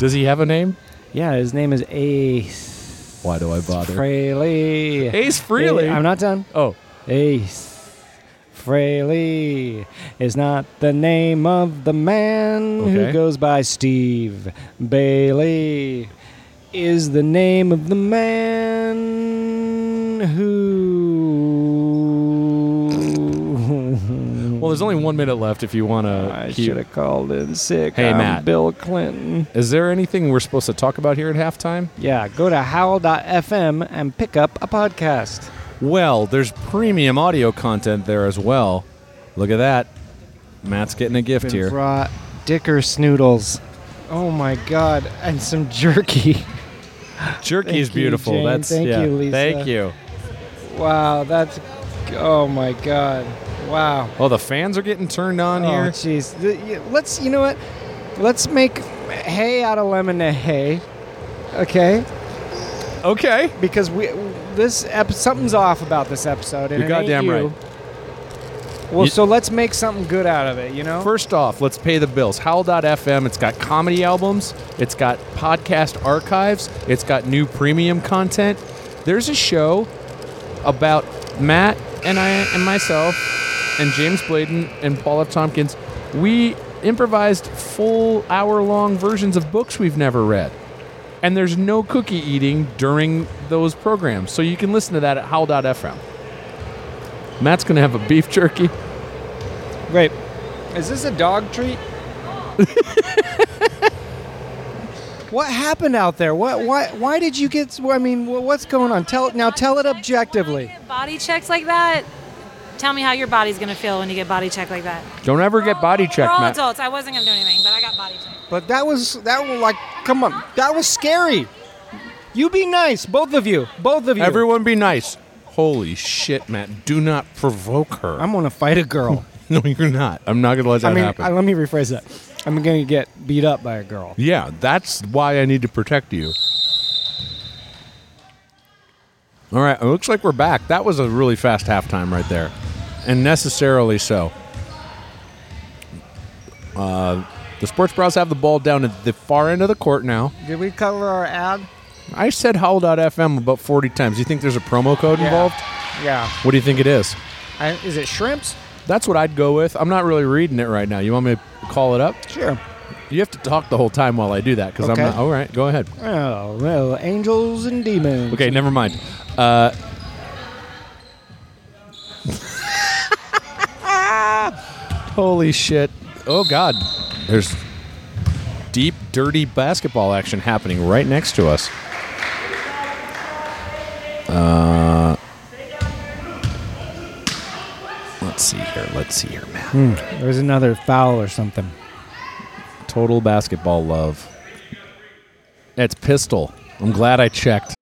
Speaker 2: Does he have a name?
Speaker 1: yeah, his name is Ace
Speaker 2: Why do I bother?
Speaker 1: Frehley.
Speaker 2: Ace Frehley?
Speaker 1: I'm not done.
Speaker 2: oh,
Speaker 1: Ace Frehley is not the name of the man who
Speaker 2: Okay.
Speaker 1: goes by Steve Bailey. Is the name of the man who.
Speaker 2: well, there's only one minute left if you want
Speaker 1: I
Speaker 2: to.
Speaker 1: should have called in sick.
Speaker 2: Hey,
Speaker 1: I'm
Speaker 2: Matt.
Speaker 1: Bill Clinton.
Speaker 2: Is there anything we're supposed to talk about here at halftime?
Speaker 1: Yeah, go to howl.fm and pick up a podcast.
Speaker 2: Well, there's premium audio content there as well. Look at that. Matt's getting a gift
Speaker 1: Been
Speaker 2: here.
Speaker 1: brought dicker snoodles. Oh my god, and some jerky.
Speaker 2: Jerky is
Speaker 1: Thank you,
Speaker 2: beautiful.
Speaker 1: Jane.
Speaker 2: That's
Speaker 1: Thank
Speaker 2: yeah.
Speaker 1: you, Lisa.
Speaker 2: Thank you.
Speaker 1: Wow, that's oh my god. Wow.
Speaker 2: Oh, the fans are getting turned on
Speaker 1: Oh
Speaker 2: here.
Speaker 1: jeez. The- y- Let's you know what? Let's make hay out of lemonade hay. Okay?
Speaker 2: Okay.
Speaker 1: Because we this ep- something's off about this episode and
Speaker 2: You're
Speaker 1: it ain't
Speaker 2: goddamn
Speaker 1: you.
Speaker 2: right.
Speaker 1: Well,
Speaker 2: You-
Speaker 1: so let's make something good out of it, you know?
Speaker 2: First off, let's pay the bills. Howl.fm, it's got comedy albums, it's got podcast archives, it's got new premium content. There's a show about Matt and I and myself and James Bladen and Paula Tompkins. We improvised full hour long versions of books we've never read. And there's no cookie eating during those programs. So you can listen to that at howl.fm. Matt's going to have a beef jerky.
Speaker 1: Wait. Is this a dog treat? What happened out there? What? Why? Why did you get? I mean, wh- what's going on? Tell now. Tell it
Speaker 3: Body checks, when I
Speaker 1: objectively.
Speaker 3: get Body checks like that. Tell me how your body's gonna feel when you get body checked like that.
Speaker 2: Don't ever get body
Speaker 3: We're
Speaker 2: checked,
Speaker 3: all
Speaker 2: Matt.
Speaker 3: adults. I wasn't gonna do anything, but I got body checked.
Speaker 1: But that was that was like, come on, that was scary. You be nice, both of you, both of you.
Speaker 2: Everyone be nice. Holy shit, Matt. Do not provoke her.
Speaker 1: I'm gonna fight a girl.
Speaker 2: no, you're not. I'm not going to let that
Speaker 1: I mean,
Speaker 2: happen.
Speaker 1: I, let me rephrase that. I'm gonna get beat up by a girl.
Speaker 2: yeah, that's why I need to protect you. All right, it looks like we're back. That was a really fast halftime right there, and necessarily so. Uh, the sports bras have the ball down at the far end of the court now.
Speaker 1: Did we cover our ad?
Speaker 2: I said howl.fm about 40 times. You think there's a promo code involved?
Speaker 1: Yeah.
Speaker 2: What do you think it is?
Speaker 1: I, is it shrimps?
Speaker 2: That's what I'd go with. I'm not really reading it right now. You want me to call it up?
Speaker 1: Sure.
Speaker 2: You have to talk the whole time while I do that because
Speaker 1: Okay.
Speaker 2: I'm not. All right, go ahead.
Speaker 1: Oh well, angels and demons.
Speaker 2: Okay, never mind. Uh, holy shit. Oh, God. There's deep, dirty basketball action happening right next to us. Uh, Uh, let's see here. Let's see here, Matt.
Speaker 1: There's another foul or something.
Speaker 2: Total basketball love. That's pistol. I'm glad I checked.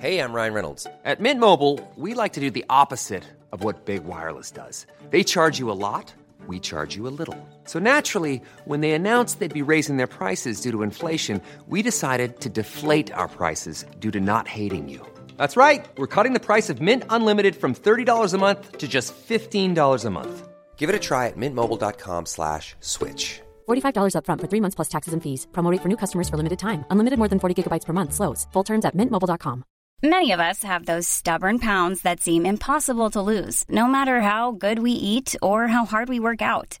Speaker 4: Hey, I'm Ryan Reynolds. At Mint Mobile, we like to do the opposite of what Big Wireless does. They charge you a lot, we charge you a little. So naturally, when they announced they'd be raising their prices due to inflation, we decided to deflate our prices due to not hating you. That's right. We're cutting the price of Mint Unlimited from $30 a month to just $15 a month. Give it a try at mintmobile.com slash switch.
Speaker 5: $45 upfront for three months plus taxes and fees. Promo rate for new customers for limited time. Unlimited more than 40 gigabytes per month. Slows. Full terms at mintmobile.com.
Speaker 6: Many of us have those stubborn pounds that seem impossible to lose, no matter how good we eat or how hard we work out.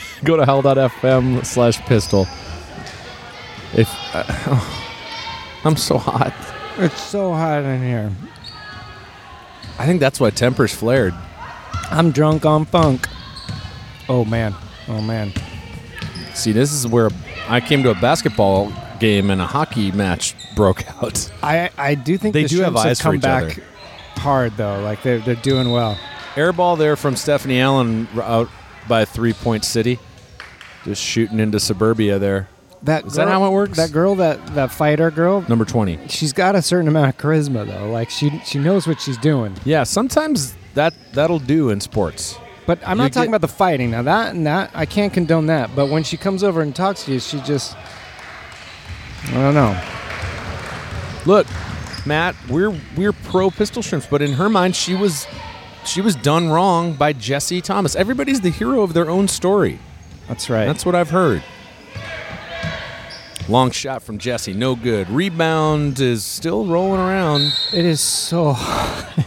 Speaker 2: go to hell.fm slash pistol. If uh, I'm so hot,
Speaker 1: It's so hot in here.
Speaker 2: I think that's why tempers flared.
Speaker 1: I'm drunk on funk. Oh man. Oh man.
Speaker 2: See, this is where I came to a basketball game and a hockey match broke out.
Speaker 1: I I do think
Speaker 2: They
Speaker 1: the
Speaker 2: do have
Speaker 1: Shrimps
Speaker 2: eyes for
Speaker 1: come
Speaker 2: each
Speaker 1: back
Speaker 2: other.
Speaker 1: hard though. Like they're they're doing well.
Speaker 2: Airball there from Stephanie Allen r- out by Three Point City, just shooting into suburbia there.
Speaker 1: That
Speaker 2: Is that how it works?
Speaker 1: That girl, that that fighter girl,
Speaker 2: Number twenty.
Speaker 1: she's got a certain amount of charisma though. Like she she knows what she's doing.
Speaker 2: Yeah, sometimes that that'll do in sports.
Speaker 1: But I'm
Speaker 2: You
Speaker 1: not talking
Speaker 2: get-
Speaker 1: about the fighting now. That and that I can't condone that. But when she comes over and talks to you, she just I don't know.
Speaker 2: Look, Matt, we're we're pro pistol shrimps, but in her mind, she was she was done wrong by Jesse Thomas. Everybody's the hero of their own story.
Speaker 1: That's right.
Speaker 2: That's what I've heard. Long shot from Jesse, no good. Rebound is still rolling around.
Speaker 1: it is so.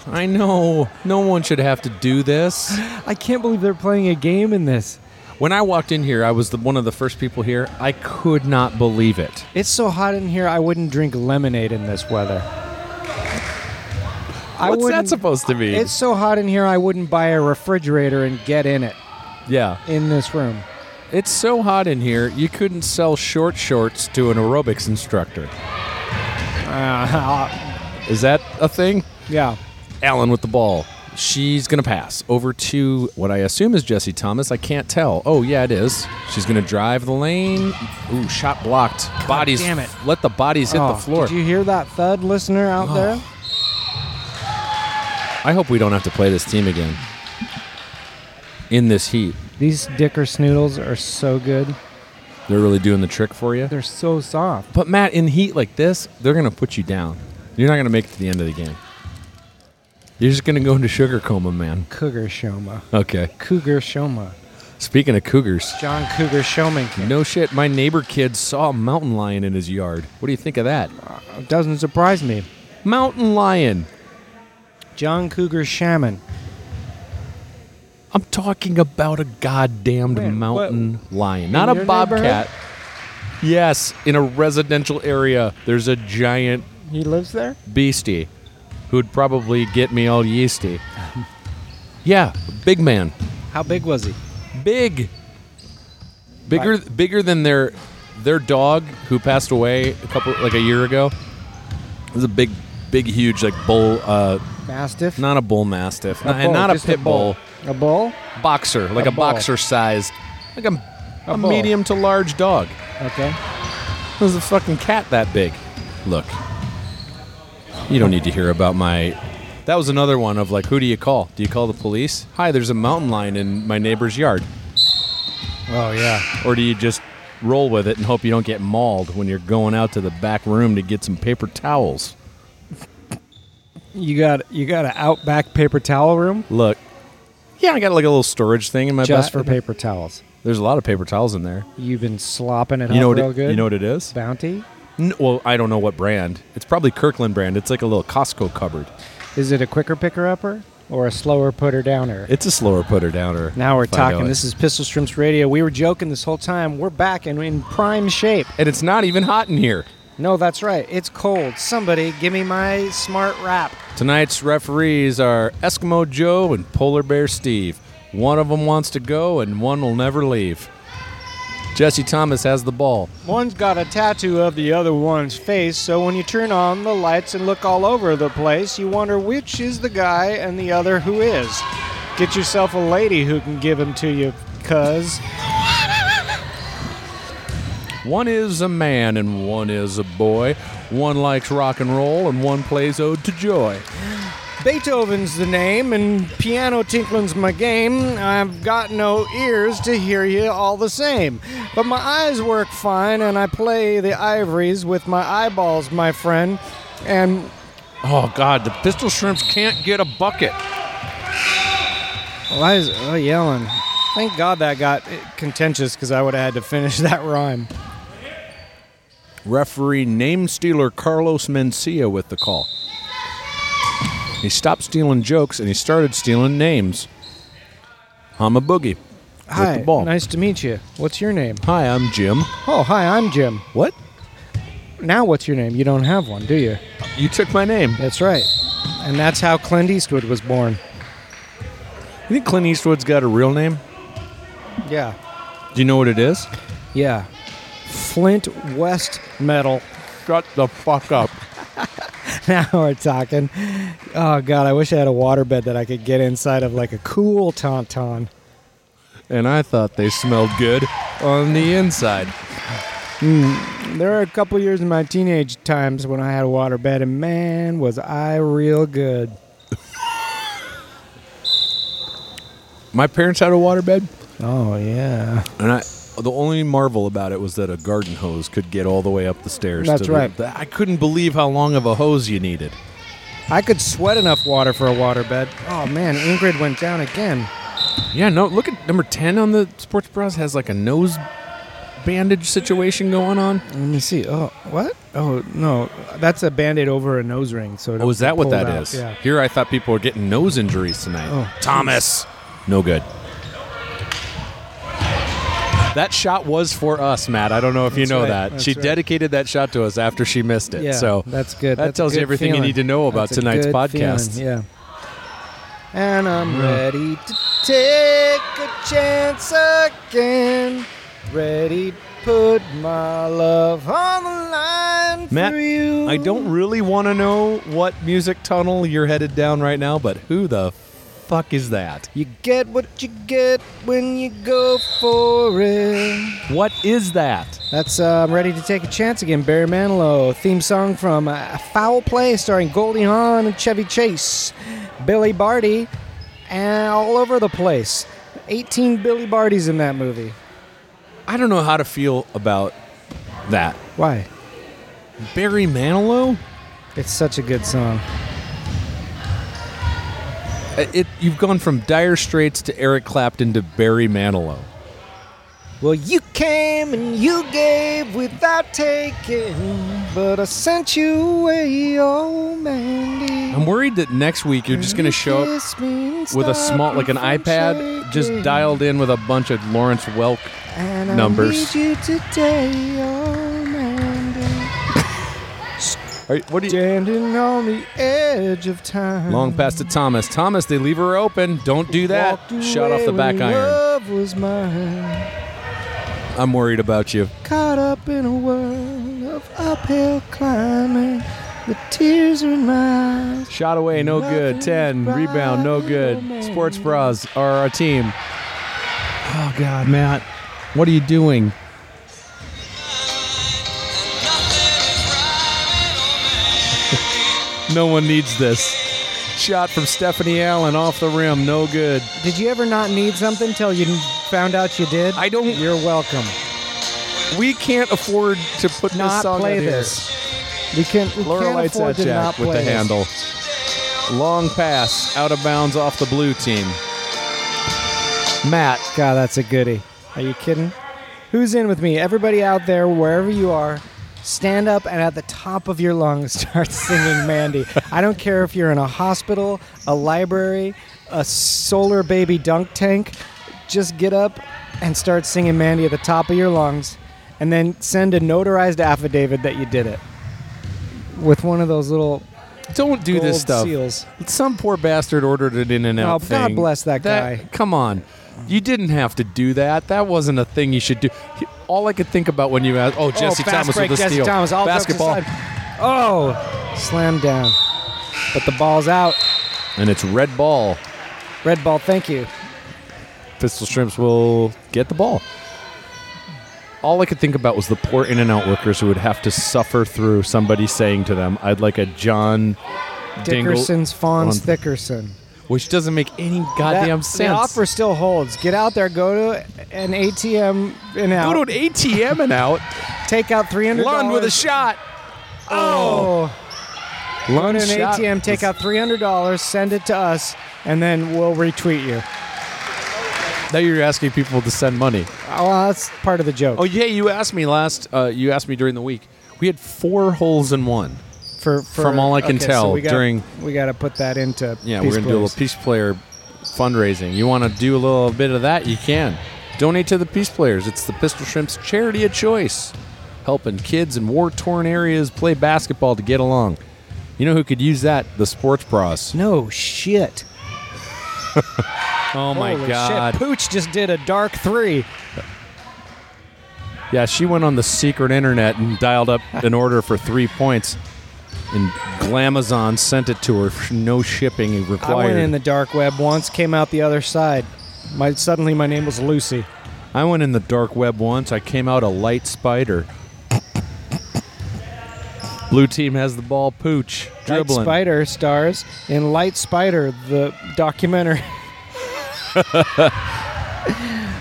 Speaker 2: I know no one should have to do this.
Speaker 1: I can't believe they're playing a game in this.
Speaker 2: When I walked in here, I was the, one of the first people here. I could not believe it.
Speaker 1: It's so hot in here. I wouldn't drink lemonade in this weather. I
Speaker 2: What's that
Speaker 1: wouldn't-
Speaker 2: supposed to be?
Speaker 1: It's so hot in here. I wouldn't buy a refrigerator and get in it
Speaker 2: yeah.
Speaker 1: in this room.
Speaker 2: It's so hot in here, you couldn't sell short shorts to an aerobics instructor. Is that a thing?
Speaker 1: yeah.
Speaker 2: Allen with the ball. She's going to pass over to what I assume is Jesse Thomas. I can't tell. Oh, yeah, it is. She's going to drive the lane. Ooh, shot blocked. bodies.
Speaker 1: damn it.
Speaker 2: Let the bodies hit
Speaker 1: Oh,
Speaker 2: the floor.
Speaker 1: Did you hear that thud, listener out there?
Speaker 2: I hope we don't have to play this team again in this heat.
Speaker 1: These dicker snoodles are so good.
Speaker 2: They're really doing the trick for you.
Speaker 1: They're so soft.
Speaker 2: But, Matt, in heat like this, they're going to put you down. You're not going to make it to the end of the game. You're just going to go into sugar coma, man.
Speaker 1: Cougar Shoma.
Speaker 2: Okay.
Speaker 1: Cougar Shoma.
Speaker 2: Speaking of cougars,
Speaker 1: John Cougar Showman.
Speaker 2: no shit, my neighbor kid saw a mountain lion in his yard. What do you think of that?
Speaker 1: Doesn't surprise me.
Speaker 2: Mountain lion.
Speaker 1: John Cougar Shaman.
Speaker 2: I'm talking about a goddamned
Speaker 1: Where?
Speaker 2: mountain lion, not
Speaker 1: your
Speaker 2: a bobcat. Yes, in a residential area, there's a giant
Speaker 1: He lives there?
Speaker 2: beastie who'd probably get me all yeasty. yeah, big man.
Speaker 1: How big was he?
Speaker 2: Big. Bigger bigger than their their dog who passed away a couple like a year ago. It was a big big huge like bull uh
Speaker 1: Mastiff?
Speaker 2: not a bull mastiff,
Speaker 1: A
Speaker 2: not,
Speaker 1: bull,
Speaker 2: not a
Speaker 1: just
Speaker 2: pit bull.
Speaker 1: A bull?
Speaker 2: boxer, like
Speaker 1: A
Speaker 2: a,
Speaker 1: bull.
Speaker 2: boxer sized, like a, a,
Speaker 1: bull.
Speaker 2: medium to large dog.
Speaker 1: Okay.
Speaker 2: There's a fucking cat that big. Look, you don't need to hear about my. That was another one of like, who do you call? Do you call the police? Hi, there's a mountain lion in my neighbor's yard.
Speaker 1: Oh, yeah.
Speaker 2: Or do you just roll with it and hope you don't get mauled when you're going out to the back room to get some paper towels?
Speaker 1: You got you got an outback paper towel room?
Speaker 2: Look, yeah, I got like a little storage thing in my
Speaker 1: Just
Speaker 2: ba-
Speaker 1: for paper towels.
Speaker 2: There's a lot of paper towels in there.
Speaker 1: You've been slopping it
Speaker 2: You know what?
Speaker 1: up real
Speaker 2: It,
Speaker 1: good.
Speaker 2: you know what it is?
Speaker 1: Bounty?
Speaker 2: N well, I don't know what brand. It's probably Kirkland brand. It's like a little Costco cupboard.
Speaker 1: Is it a quicker picker upper or a slower putter downer?
Speaker 2: It's a slower putter downer.
Speaker 1: Now we're
Speaker 2: if I know
Speaker 1: talking.
Speaker 2: it.
Speaker 1: This is Pistol Shrimps Radio. We were joking this whole time. We're back and in prime shape.
Speaker 2: and it's not even hot in here.
Speaker 1: No, that's right. It's cold. Somebody give me my smart wrap.
Speaker 2: Tonight's referees are Eskimo Joe and Polar Bear Steve. One of them wants to go, and one will never leave. Jesse Thomas has the ball.
Speaker 1: One's got a tattoo of the other one's face, so when you turn on the lights and look all over the place, you wonder which is the guy and the other who is. Get yourself a lady who can give him to you, cuz.
Speaker 2: One is a man and one is a boy. One likes rock and roll and one plays Ode to Joy.
Speaker 1: Beethoven's the name, and piano tinkling's my game. I've got no ears to hear you all the same. But my eyes work fine, and I play the ivories with my eyeballs, my friend. And
Speaker 2: Oh, God, the pistol shrimps can't get a bucket.
Speaker 1: why is oh, yelling? Thank God that got contentious because I would have had to finish that rhyme.
Speaker 2: Referee name stealer Carlos Mencia with the call. He stopped stealing jokes and he started stealing names. I'm a boogie.
Speaker 1: Hi,
Speaker 2: the ball.
Speaker 1: nice to meet you. What's your name?
Speaker 2: Hi, I'm Jim.
Speaker 1: Oh, hi, I'm Jim.
Speaker 2: What?
Speaker 1: Now, what's your name? You don't have one, do you?
Speaker 2: You took my name. You
Speaker 1: That's right. And that's how Clint Eastwood was born.
Speaker 2: think Clint Eastwood's got a real name?
Speaker 1: Yeah.
Speaker 2: Do you know what it is?
Speaker 1: Yeah. Flint West metal.
Speaker 2: Shut the fuck up.
Speaker 1: now we're talking. Oh god, I wish I had a waterbed that I could get inside of like a cool tauntaun.
Speaker 2: And I thought they smelled good on the inside.
Speaker 1: There were a couple years in my teenage times when I had a waterbed and man was I real good.
Speaker 2: My parents had a waterbed,
Speaker 1: Oh yeah.
Speaker 2: and I. The only marvel about it was that a garden hose could get all the way up the stairs.
Speaker 1: That's
Speaker 2: to the-
Speaker 1: right.
Speaker 2: I couldn't believe how long of a hose you needed.
Speaker 1: I could sweat enough water for a waterbed. Oh man, Ingrid went down again.
Speaker 2: Yeah, no. Look at number ten on the sports bras has like a nose bandage situation going on.
Speaker 1: Let me see. Oh, what? Oh no, that's a band-aid over a nose ring. So it
Speaker 2: Oh, is that what
Speaker 1: pulled
Speaker 2: that
Speaker 1: out.
Speaker 2: is?
Speaker 1: Yeah.
Speaker 2: Here, I thought people were getting nose injuries tonight.
Speaker 1: Oh,
Speaker 2: Thomas, no good. That shot was for us, Matt. I don't know if you
Speaker 1: That's
Speaker 2: know
Speaker 1: right,
Speaker 2: that.
Speaker 1: that's
Speaker 2: She
Speaker 1: right.
Speaker 2: dedicated that shot to us after she missed it.
Speaker 1: Yeah,
Speaker 2: so
Speaker 1: that's good.
Speaker 2: That
Speaker 1: That's a
Speaker 2: tells you
Speaker 1: good
Speaker 2: everything
Speaker 1: feeling.
Speaker 2: you need to know about
Speaker 1: That's a
Speaker 2: tonight's
Speaker 1: good
Speaker 2: podcast.
Speaker 1: feeling, Yeah. And I'm ready to take a chance again. Ready to put my love on the line
Speaker 2: Matt,
Speaker 1: for you.
Speaker 2: I don't really want to know what music tunnel you're headed down right now, but who the fuck is that?
Speaker 1: You get what you get when you go for it.
Speaker 2: What is that?
Speaker 1: That's uh, I'm ready to take a chance again. Barry Manilow theme song from uh, Foul Play, starring Goldie Hawn and Chevy Chase, Billy Barty, and all over the place. 18 Billy Bartys in that movie.
Speaker 2: I don't know how to feel about that.
Speaker 1: Why?
Speaker 2: Barry Manilow?
Speaker 1: It's such a good song.
Speaker 2: It, you've gone from Dire Straits to Eric Clapton to Barry Manilow.
Speaker 7: Well, you came and you gave without taking, but I sent you away, oh Mandy.
Speaker 2: I'm worried that next week you're just going to show up
Speaker 7: Kiss me and
Speaker 2: with a
Speaker 7: stop
Speaker 2: small,
Speaker 7: me
Speaker 2: like an
Speaker 7: from
Speaker 2: iPad, just
Speaker 7: shaking.
Speaker 2: dialed in with a bunch of Lawrence Welk
Speaker 7: And I
Speaker 2: numbers.
Speaker 7: need you today, oh Mandy.
Speaker 2: Are you- what do you?
Speaker 7: Standing on the edge of time.
Speaker 2: Long pass to Thomas. Thomas, they leave her open. Don't do that.
Speaker 7: Walked
Speaker 2: Shot off
Speaker 7: away
Speaker 2: the back
Speaker 7: when
Speaker 2: iron.
Speaker 7: Love was mine.
Speaker 2: I'm worried about you.
Speaker 7: Caught up in a world of uphill climbing. The tears are in my eyes.
Speaker 2: Shot away, no good.
Speaker 7: Nothing's
Speaker 2: 10, rebound, no
Speaker 7: right, oh,
Speaker 2: good.
Speaker 7: man.
Speaker 2: Sports Bras are our team. Oh, God, Matt. What are you doing? no one needs this. Shot from Stephanie Allen off the rim, no good.
Speaker 1: Did you ever not need something till you found out you did?
Speaker 2: I don't-
Speaker 1: You're welcome.
Speaker 2: We can't afford to put this
Speaker 1: Not
Speaker 2: song
Speaker 1: play
Speaker 2: out here.
Speaker 1: this.
Speaker 7: We can't, we
Speaker 2: Laura
Speaker 7: can't
Speaker 2: lights
Speaker 7: afford
Speaker 2: out
Speaker 7: to not
Speaker 2: Jack
Speaker 7: play
Speaker 2: with the
Speaker 7: this.
Speaker 2: handle. Long pass out of bounds off the blue team. Matt,
Speaker 1: God, that's a goodie. Are you kidding? Who's in with me? Everybody out there, wherever you are, stand up and at the top of your lungs start singing Mandy. I don't care if you're in a hospital, a library, a solar baby dunk tank. Just get up and start singing Mandy at the top of your lungs and then send a notarized affidavit that you did it with one of those little
Speaker 2: don't do
Speaker 1: gold
Speaker 2: this stuff.
Speaker 1: seals.
Speaker 2: Some poor bastard ordered it in and out.
Speaker 1: Oh, God
Speaker 2: thing.
Speaker 1: bless that guy.
Speaker 2: Come on, you didn't have to do that. That wasn't a thing you should do. All I could think about when you asked, oh Jesse
Speaker 1: oh, fast
Speaker 2: Thomas
Speaker 1: break,
Speaker 2: with the
Speaker 1: Jesse
Speaker 2: steal,
Speaker 1: Thomas, all jokes
Speaker 2: basketball,
Speaker 1: aside. Oh, slam down. But the ball's out.
Speaker 2: and it's red ball.
Speaker 1: Red ball, thank you.
Speaker 2: Pistol Shrimps will get the ball. All I could think about was the poor in and out workers who would have to suffer through somebody saying to them, I'd like a John Dingle,"
Speaker 1: Dickerson's Fawns
Speaker 2: on-
Speaker 1: Dickerson.
Speaker 2: which doesn't make any
Speaker 1: That-
Speaker 2: goddamn
Speaker 1: The
Speaker 2: sense.
Speaker 1: offer still holds. Get out there, go to an ATM and out.
Speaker 2: Go to an ATM and out.
Speaker 1: take out three hundred.
Speaker 2: Lund with a shot.
Speaker 1: Oh, go
Speaker 2: Lund
Speaker 1: to an
Speaker 2: shot
Speaker 1: ATM, take
Speaker 2: was-
Speaker 1: out three hundred dollars, send it to us, and then we'll retweet you.
Speaker 2: Now you're asking people to send money.
Speaker 1: Oh, well, that's part of the joke
Speaker 2: Oh yeah, you asked me last. Uh, you asked me during the week. We had four holes in one.
Speaker 1: for, for
Speaker 2: from all I can
Speaker 1: okay, so
Speaker 2: tell
Speaker 1: we gotta-
Speaker 2: during-
Speaker 1: we got to put that into
Speaker 2: Yeah,
Speaker 1: Peace
Speaker 2: we're gonna do a
Speaker 1: Bros.
Speaker 2: little Peace Player fundraising. You want to do a little bit of that? You can donate to the Peace Players. It's the Pistol Shrimps charity of choice, helping kids in war-torn areas play basketball to get along. You know who could use that? The sports bras.
Speaker 1: No shit.
Speaker 2: Oh my
Speaker 1: Holy
Speaker 2: God!
Speaker 1: Shit. Pooch just did a dark three.
Speaker 2: Yeah, she went on the secret internet and dialed up an order for three points, and Glamazon sent it to her. No shipping required.
Speaker 1: I went in the dark web once, came out the other side. My suddenly my name was Lucy.
Speaker 2: I went in the dark web once. I came out a light spider. Blue team has the ball. Pooch dribbling.
Speaker 1: Light Spider stars in Light Spider, the documentary.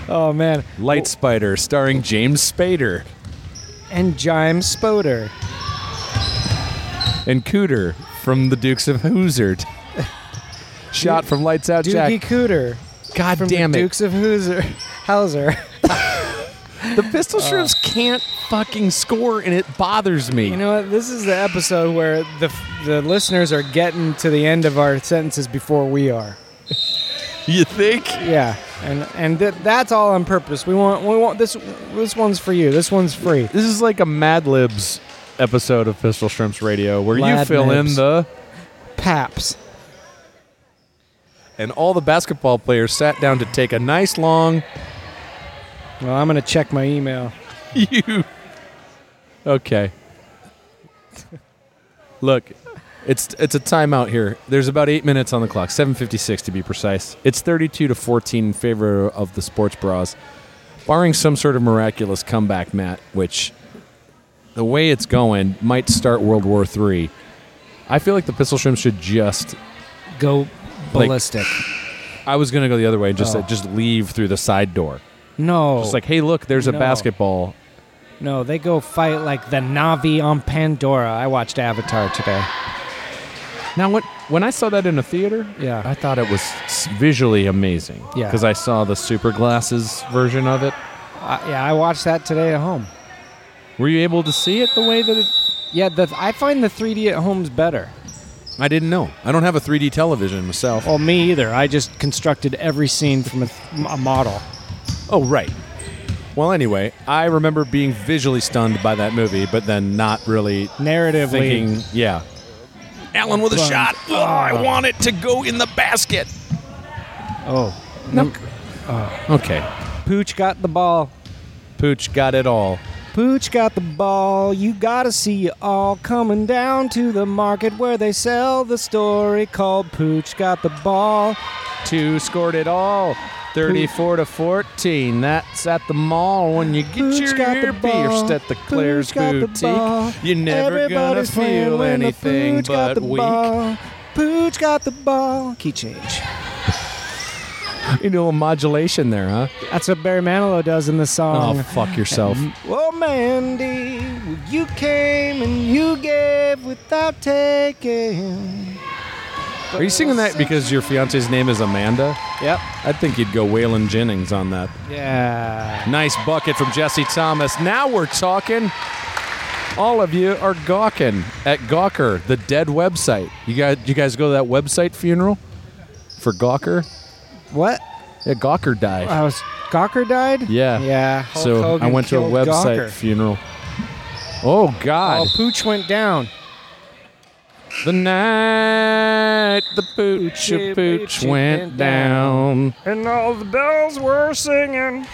Speaker 1: oh man,
Speaker 2: Light Spider, starring James Spader
Speaker 1: and James Spoder.
Speaker 2: and Cooter from the Dukes of Hoozard. Shot from lights out,
Speaker 1: Doogie
Speaker 2: Jack.
Speaker 1: Cooter
Speaker 2: God
Speaker 1: from
Speaker 2: damn
Speaker 1: the
Speaker 2: it!
Speaker 1: Dukes of Hooser, Hauser.
Speaker 2: The Pistol Shrimps can't fucking score, and it bothers me.
Speaker 1: You know what? This is the episode where the the listeners are getting to the end of our sentences before we are.
Speaker 2: you think?
Speaker 1: Yeah, and and th- that's all on purpose. We want we want this this one's for you. This one's free.
Speaker 2: This is like a Mad Libs episode of Pistol Shrimps Radio, where you
Speaker 1: Lad
Speaker 2: fill in
Speaker 1: Libs.
Speaker 2: the
Speaker 1: Paps.
Speaker 2: and all the basketball players sat down to take a nice long
Speaker 1: Well, I'm gonna check my email.
Speaker 2: you. Okay. Look, it's it's a timeout here. There's about eight minutes on the clock, 7:56 to be precise. It's 32 to 14 in favor of the Sports Bras, barring some sort of miraculous comeback, Matt. Which, the way it's going, might start World War III. I feel like the Pistol Shrimp should just.
Speaker 1: Go
Speaker 2: Like-
Speaker 1: ballistic.
Speaker 2: I was gonna go the other way and just
Speaker 1: Oh.
Speaker 2: uh, just leave through the side door.
Speaker 1: no,
Speaker 2: Just like, hey, look, there's a
Speaker 1: No.
Speaker 2: basketball.
Speaker 1: no, they go fight like the Navi on Pandora. I watched Avatar today.
Speaker 2: Now, what when I saw that in a theater,
Speaker 1: Yeah.
Speaker 2: I thought it was s- visually amazing.
Speaker 1: Yeah.
Speaker 2: because I saw the super glasses version of it.
Speaker 1: Uh, yeah, I watched that today at home.
Speaker 2: Were you able to see it the way that it?
Speaker 1: Yeah, the, I find the 3D at home's better.
Speaker 2: I didn't know. I don't have a 3D television myself.
Speaker 1: Well, me either. I just constructed every scene from a, th- a model.
Speaker 2: Oh, right. Well, anyway, I remember being visually stunned by that movie, but then not really
Speaker 1: Narratively,
Speaker 2: thinking, yeah. Alan with a
Speaker 1: Bum.
Speaker 2: shot. Oh,
Speaker 1: uh,
Speaker 2: I want it to go in the basket.
Speaker 1: oh, uh.
Speaker 2: Okay.
Speaker 1: Pooch got the ball.
Speaker 2: Pooch got it all.
Speaker 1: Pooch got the ball. You gotta see it all coming down to the market where they sell the story called Pooch got the ball.
Speaker 2: Two scored it all. 34 to 14. That's at the mall when you get
Speaker 1: Pooch
Speaker 2: your
Speaker 1: got the
Speaker 2: ear pierced
Speaker 1: ball.
Speaker 2: at the Claire's
Speaker 1: Pooch got the ball.
Speaker 2: Boutique. You're never
Speaker 1: Everybody's
Speaker 2: gonna feel
Speaker 1: playing when the
Speaker 2: anything
Speaker 1: Pooch got
Speaker 2: but
Speaker 1: the
Speaker 2: weak.
Speaker 1: Ball. Pooch got the ball. Key change.
Speaker 2: You know, a modulation there, huh?
Speaker 1: That's what Barry Manilow does in the song.
Speaker 2: Oh, fuck yourself.
Speaker 1: Oh, Mandy, you came and you gave without taking.
Speaker 2: Are you singing that because your fiance's name is Amanda?
Speaker 1: Yep.
Speaker 2: I think you'd go Waylon Jennings on that.
Speaker 1: Yeah.
Speaker 2: Nice bucket from Jesse Thomas. Now we're talking. All of you are gawking at Gawker, the dead website. You guys, you guys go to that website funeral for Gawker?
Speaker 1: What?
Speaker 2: Yeah, Gawker died.
Speaker 1: I was Gawker died.
Speaker 2: yeah.
Speaker 1: Yeah. Hulk
Speaker 2: so
Speaker 1: Hogan
Speaker 2: I went to a
Speaker 1: killed
Speaker 2: website
Speaker 1: Gawker.
Speaker 2: funeral. Oh God!
Speaker 1: Oh, Pooch went down. Oh.
Speaker 2: The night the pooch
Speaker 1: Poochie,
Speaker 2: pooch
Speaker 1: poochie
Speaker 2: went
Speaker 1: went down.
Speaker 2: down,
Speaker 1: And all the bells were singing.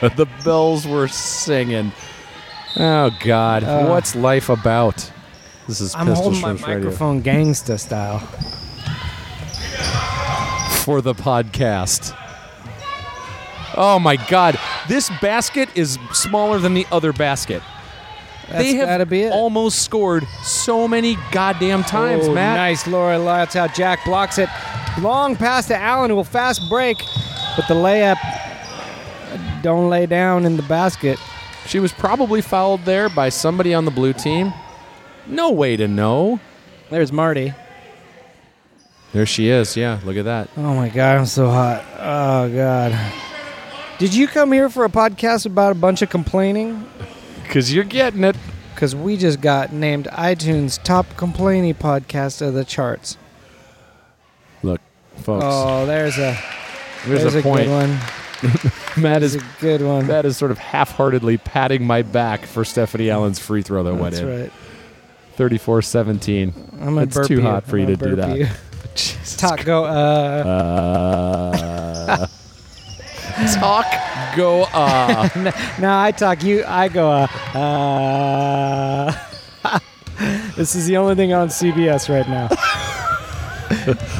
Speaker 2: the bells were singing. Oh God! What's life about? This is
Speaker 1: Uh. I'm
Speaker 2: Pistol
Speaker 1: holding my
Speaker 2: Shrimps Radio.
Speaker 1: microphone gangsta style.
Speaker 2: for the podcast. Oh my God! This basket is smaller than the other basket.
Speaker 1: That's
Speaker 2: they have
Speaker 1: gotta be it.
Speaker 2: almost scored so many goddamn times,
Speaker 1: Oh,
Speaker 2: Matt.
Speaker 1: Nice, Laura. That's how Jack blocks it. Long pass to Allen, who will fast break. But the layup, don't lay down in the basket.
Speaker 2: She was probably fouled there by somebody on the blue team. No way to know.
Speaker 1: There's Marty.
Speaker 2: There she is. Yeah, look at that.
Speaker 1: Oh my God, I'm so hot. Oh God. Did you come here for a podcast about a bunch of complaining?
Speaker 2: Because you're getting it.
Speaker 1: Because we just got named iTunes Top Complaining Podcast of the charts.
Speaker 2: Look, folks,
Speaker 1: Oh, there's a
Speaker 2: there's, a,
Speaker 1: good
Speaker 2: point.
Speaker 1: one.
Speaker 2: Matt is
Speaker 1: There's a good one.
Speaker 2: Matt is sort of half-heartedly patting my back for Stephanie Allen's free throw that went
Speaker 1: That's
Speaker 2: in.
Speaker 1: right.
Speaker 2: 34-17.
Speaker 1: I'm gonna
Speaker 2: It's
Speaker 1: burp
Speaker 2: too
Speaker 1: you.
Speaker 2: hot for
Speaker 1: I'm
Speaker 2: you
Speaker 1: gonna
Speaker 2: to do
Speaker 1: burp
Speaker 2: that.
Speaker 1: you.
Speaker 2: Jesus
Speaker 1: Talk go. Uh,
Speaker 2: Uh, talk go uh
Speaker 1: No, I talk. You, I go. Uh, uh, this is the only thing on CBS right now.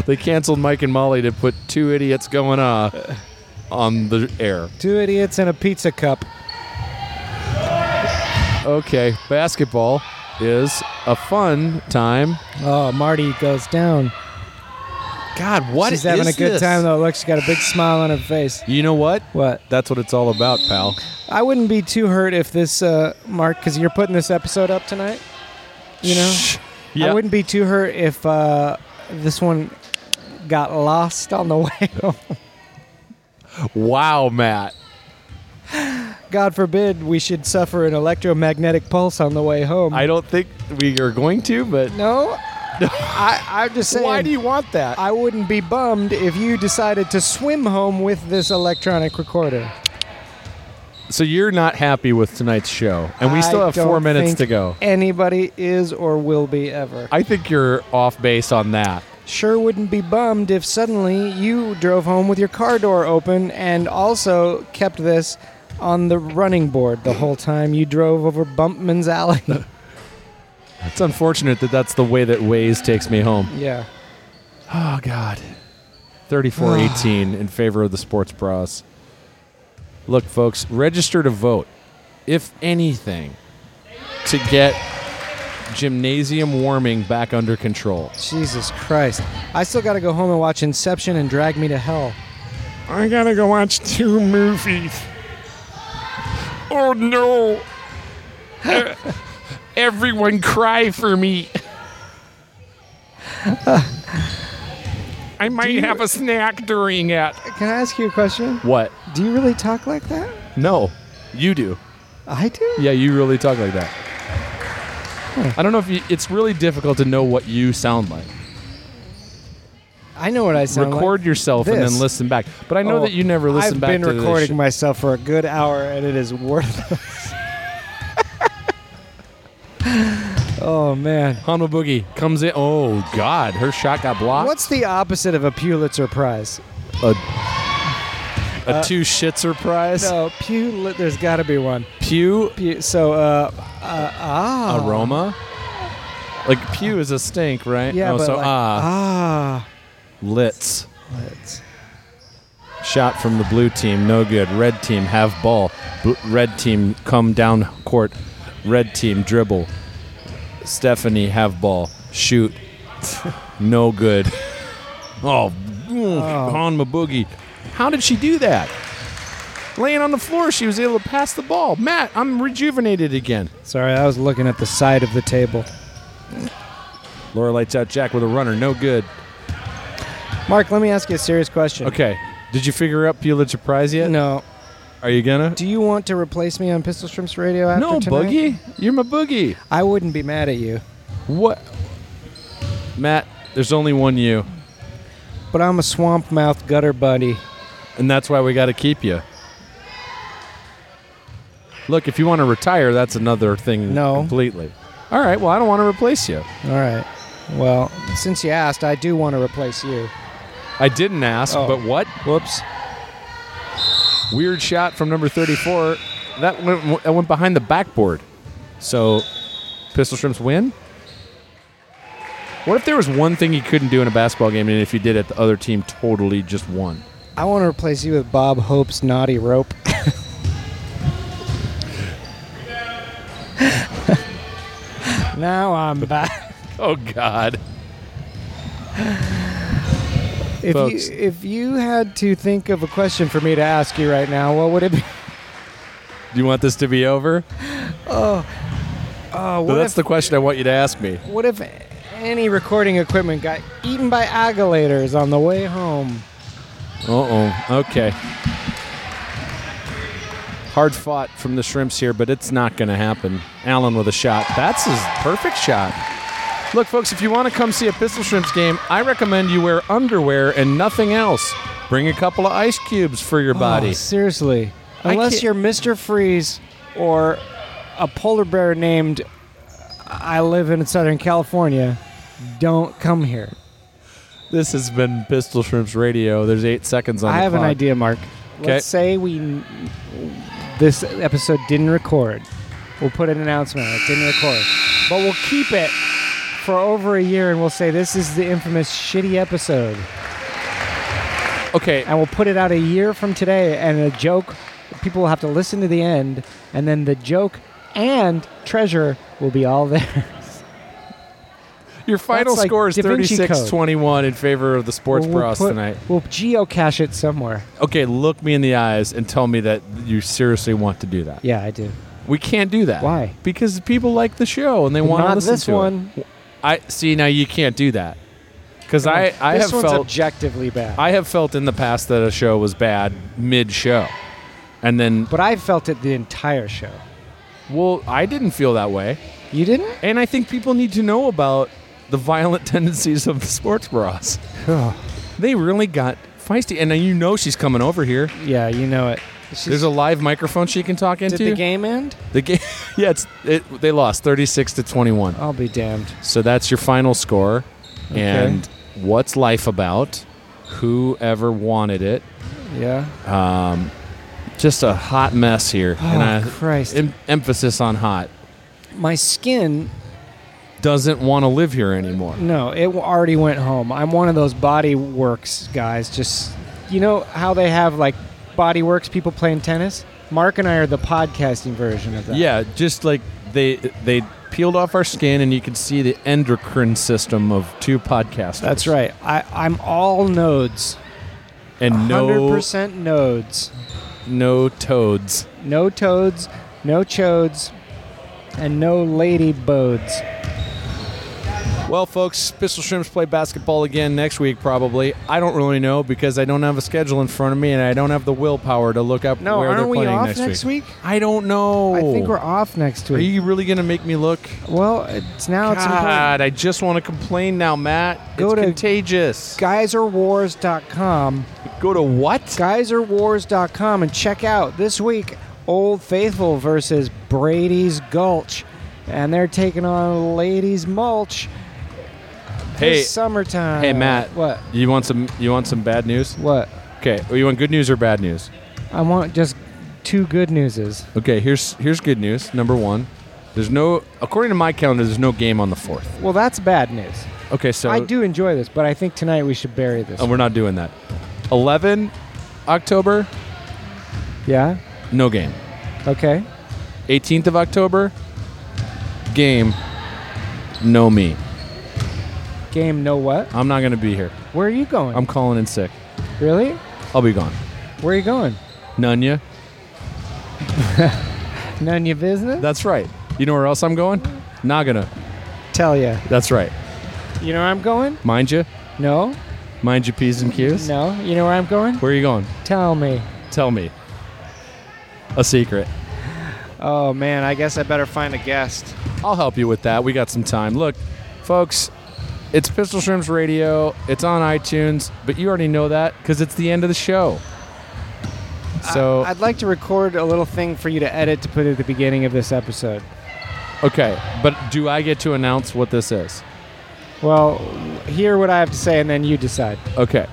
Speaker 2: they canceled mike and molly to put two idiots going uh on the air
Speaker 1: Two idiots and a pizza cup.
Speaker 2: okay basketball is a fun time
Speaker 1: Oh, Marty goes down.
Speaker 2: god what
Speaker 1: She's
Speaker 2: is
Speaker 1: having a good
Speaker 2: this?
Speaker 1: time though. Look, she's got a big smile on her face.
Speaker 2: you know what
Speaker 1: What?
Speaker 2: that's what it's all about pal
Speaker 1: I wouldn't be too hurt if this, uh, Mark, because you're putting this episode up tonight. You know,
Speaker 2: yeah
Speaker 1: I wouldn't be too hurt if uh, this one got lost on the way home.
Speaker 2: wow matt
Speaker 1: God forbid we should suffer an electromagnetic pulse on the way home.
Speaker 2: i don't think we are going to but
Speaker 1: No, I, I'm just saying.
Speaker 2: why do you want that
Speaker 1: I wouldn't be bummed if you decided to swim home with this electronic recorder.
Speaker 2: so you're not happy with tonight's show and we still
Speaker 1: I
Speaker 2: have four
Speaker 1: don't
Speaker 2: minutes
Speaker 1: think
Speaker 2: to go
Speaker 1: Anybody is or will be ever. I
Speaker 2: i think you're off base on that
Speaker 1: sure wouldn't be bummed if suddenly you drove home with your car door open and also kept this on the running board the whole time you drove over Bumpman's Alley.
Speaker 2: It's unfortunate that that's the way that Waze takes me home.
Speaker 1: yeah.
Speaker 2: Oh God. 34-18 in favor of the sports bras. Look, folks, register to vote, if anything, to get gymnasium warming back under control.
Speaker 1: Jesus Christ. I still got to go home and watch Inception and Drag Me to Hell.
Speaker 2: I gotta go watch two movies. Oh no! E-, Everyone cry for me. I might have a snack during it.
Speaker 1: Can I ask you a question?
Speaker 2: What?
Speaker 1: Do you really talk like that?
Speaker 2: No, you do.
Speaker 1: I do.
Speaker 2: Yeah, you really talk like that. I don't know if you, it's really difficult to know what you sound like.
Speaker 1: I know what I sound
Speaker 2: Record
Speaker 1: like.
Speaker 2: yourself and
Speaker 1: This.
Speaker 2: then listen back. But I know
Speaker 1: Oh,
Speaker 2: that you never listen
Speaker 1: I've
Speaker 2: back
Speaker 1: been
Speaker 2: to this
Speaker 1: recording
Speaker 2: shit.
Speaker 1: myself for a good hour, and it is worthless. oh man.
Speaker 2: Hondo Boogie comes in. Oh God, her shot got blocked.
Speaker 1: What's the opposite of a Pulitzer Prize?
Speaker 2: a two shitzer prize?
Speaker 1: No, Pul. There's got to be one.
Speaker 2: Pew
Speaker 1: Pu- so, uh,
Speaker 2: aroma. Like pew is a stink, right?
Speaker 1: yeah,
Speaker 2: Oh,
Speaker 1: but
Speaker 2: so
Speaker 1: like,
Speaker 2: ah,
Speaker 1: ah,
Speaker 2: lits.
Speaker 1: let's-
Speaker 2: Shot from the blue team, no good. Red team have ball. Bl- red team come down court. Red team dribble. Stephanie have ball. Shoot. no good. Oh, on my boogie. How did she do that? Laying on the floor, she was able to pass the ball. Matt, I'm rejuvenated again.
Speaker 1: Sorry, I was looking at the side of the table.
Speaker 2: Laura lights out Jack with a runner. No good.
Speaker 1: Mark, let me ask you a serious question.
Speaker 2: Okay. Did you figure out Pulitzer Prize yet?
Speaker 1: No.
Speaker 2: Are you gonna?
Speaker 1: Do you want to replace me on Pistol Shrimps Radio after
Speaker 2: no,
Speaker 1: tonight?
Speaker 2: Boogie. You're my Boogie.
Speaker 1: I wouldn't be mad at you,
Speaker 2: What? Matt, there's only one you,
Speaker 1: but I'm a swamp mouth gutter buddy.
Speaker 2: and that's why we got to keep you. Look, if you want to retire, that's another thing.
Speaker 1: No.
Speaker 2: Completely. All right. Well, I don't want to replace you.
Speaker 1: All right. Well, since you asked, I do want to replace you.
Speaker 2: I didn't ask,
Speaker 1: Oh.
Speaker 2: but what?
Speaker 1: Whoops.
Speaker 2: Weird shot from number 34. That went, that went behind the backboard. So, Pistol Shrimps win? What if there was one thing you couldn't do in a basketball game, and if you did it, the other team totally just won?
Speaker 1: I want to replace you with Bob Hope's naughty rope. now I'm back.
Speaker 2: Oh, God.
Speaker 1: If
Speaker 2: Folks.
Speaker 1: you if you had to think of a question for me to ask you right now, what would it be?
Speaker 2: Do you want this to be over?
Speaker 1: Oh,
Speaker 2: Well,
Speaker 1: Uh, what
Speaker 2: that's
Speaker 1: if
Speaker 2: the question I want you to ask me.
Speaker 1: what if any recording equipment got eaten by aguilators on the way home?
Speaker 2: Uh oh. Okay. Hard fought from the shrimps here, but it's not going to happen. Allen with a shot. That's his perfect shot. Look, folks, if you want to come see a Pistol Shrimps game, I recommend you wear underwear and nothing else. Bring a couple of ice cubes for your
Speaker 1: Oh,
Speaker 2: body.
Speaker 1: seriously,
Speaker 2: I
Speaker 1: unless
Speaker 2: can't-
Speaker 1: you're Mr. Freeze or a polar bear named I live in Southern California, don't come here.
Speaker 2: This has been Pistol Shrimps Radio. There's eight seconds on
Speaker 1: I
Speaker 2: the
Speaker 1: have an
Speaker 2: clock.
Speaker 1: idea, Mark.
Speaker 2: Okay.
Speaker 1: Let's say we this episode didn't record. We'll put an announcement. It didn't record, but we'll keep it for over a year, and we'll say this is the infamous shitty episode,
Speaker 2: Okay.
Speaker 1: and we'll put it out a year from today. And a joke, people will have to listen to the end, and then the joke and treasure will be all there.
Speaker 2: Your final
Speaker 1: That's like
Speaker 2: score is
Speaker 1: Da Vinci
Speaker 2: 36 21 in favor of the Sports
Speaker 1: we'll
Speaker 2: Bros
Speaker 1: put-
Speaker 2: tonight.
Speaker 1: We'll geocache it somewhere.
Speaker 2: Okay, look me in the eyes and tell me that you seriously want to do that.
Speaker 1: Yeah, I do.
Speaker 2: We can't do that.
Speaker 1: Why?
Speaker 2: Because people like the show and they want to
Speaker 1: Not
Speaker 2: listen
Speaker 1: this
Speaker 2: to it.
Speaker 1: one.
Speaker 2: I see now you can't do that because I I
Speaker 1: this
Speaker 2: have
Speaker 1: one's
Speaker 2: felt
Speaker 1: objectively bad.
Speaker 2: I have felt in the past that a show was bad mid show, and then
Speaker 1: but I felt it the entire show.
Speaker 2: well I didn't feel that way,
Speaker 1: You didn't?
Speaker 2: and I think people need to know about the violent tendencies of the sports bras. they really got feisty, and then you know she's coming over here.
Speaker 1: Yeah, you know it. She's-
Speaker 2: There's a live microphone she can talk into.
Speaker 1: did the game end?
Speaker 2: The game. yeah, it's it, they lost thirty six to twenty one.
Speaker 1: I'll be damned.
Speaker 2: So that's your final score. And what's life about? Whoever wanted it.
Speaker 1: Yeah.
Speaker 2: Just a hot mess here.
Speaker 1: Oh, Christ.
Speaker 2: em- emphasis on hot.
Speaker 1: My skin,
Speaker 2: Doesn't want to live here anymore.
Speaker 1: no, it already went home. I'm one of those body works guys. Just you know how they have like body works people playing tennis? Mark and I are the podcasting version of that.
Speaker 2: Yeah, just like they they peeled off our skin and you could see the endocrine system of two podcasters.
Speaker 1: That's right. I, I'm all nodes.
Speaker 2: And no
Speaker 1: 100% nodes.
Speaker 2: no toads.
Speaker 1: No toads, no chodes, and no lady bodes.
Speaker 2: Well, folks, Pistol Shrimps play basketball again next week, probably. I don't really know because I don't have a schedule in front of me and I don't have the willpower to look up
Speaker 1: No,
Speaker 2: where they're
Speaker 1: aren't we
Speaker 2: playing
Speaker 1: off
Speaker 2: next,
Speaker 1: next
Speaker 2: week.
Speaker 1: week?
Speaker 2: I don't know.
Speaker 1: I think we're off next
Speaker 2: Are
Speaker 1: week.
Speaker 2: you really going to make me look?
Speaker 1: well, it's now it's important.
Speaker 2: God, I just want to complain now, Matt.
Speaker 1: Go
Speaker 2: it's
Speaker 1: to-
Speaker 2: contagious.
Speaker 1: geyserwars.com.
Speaker 2: Go to what?
Speaker 1: geyserwars.com and check out this week Old Faithful versus Brady's Gulch. And they're taking on Ladies Mulch
Speaker 2: hey,
Speaker 1: this summertime.
Speaker 2: hey, Matt.
Speaker 1: What?
Speaker 2: You want some? You want some bad news?
Speaker 1: What?
Speaker 2: Okay. well, You want good news or bad news?
Speaker 1: I want just two good newses.
Speaker 2: Okay. Here's here's good news. Number one, there's no. According to my calendar, there's no game on the fourth.
Speaker 1: Well, that's bad news.
Speaker 2: Okay. So
Speaker 1: I do enjoy this, but I think tonight we should bury this.
Speaker 2: Oh, we're not doing that. 11 October,
Speaker 1: yeah?
Speaker 2: no game.
Speaker 1: Okay.
Speaker 2: 18th of October, game, no me.
Speaker 1: Game, no what?
Speaker 2: I'm not going to be here.
Speaker 1: Where are you going?
Speaker 2: I'm calling in sick.
Speaker 1: really?
Speaker 2: I'll be gone.
Speaker 1: Where are you going?
Speaker 2: None ya?
Speaker 1: None of your business?
Speaker 2: That's right. You know where else I'm going? Nagana.
Speaker 1: Tell ya.
Speaker 2: That's right.
Speaker 1: You know where I'm going?
Speaker 2: Mind you,
Speaker 1: No.
Speaker 2: mind you, P's and Q's.
Speaker 1: No. You know where I'm going?
Speaker 2: Where are you going?
Speaker 1: Tell me.
Speaker 2: Tell me. A secret.
Speaker 1: Oh man, I guess I better find a guest.
Speaker 2: I'll help you with that. We got some time. Look, folks, it's Pistol Shrimps Radio. It's on iTunes, but you already know that because it's the end of the show. So,
Speaker 1: I'd like to record a little thing for you to edit to put at the beginning of this episode.
Speaker 2: okay, but do I get to announce what this is?
Speaker 1: Well, hear what I have to say and then you decide.
Speaker 2: Okay.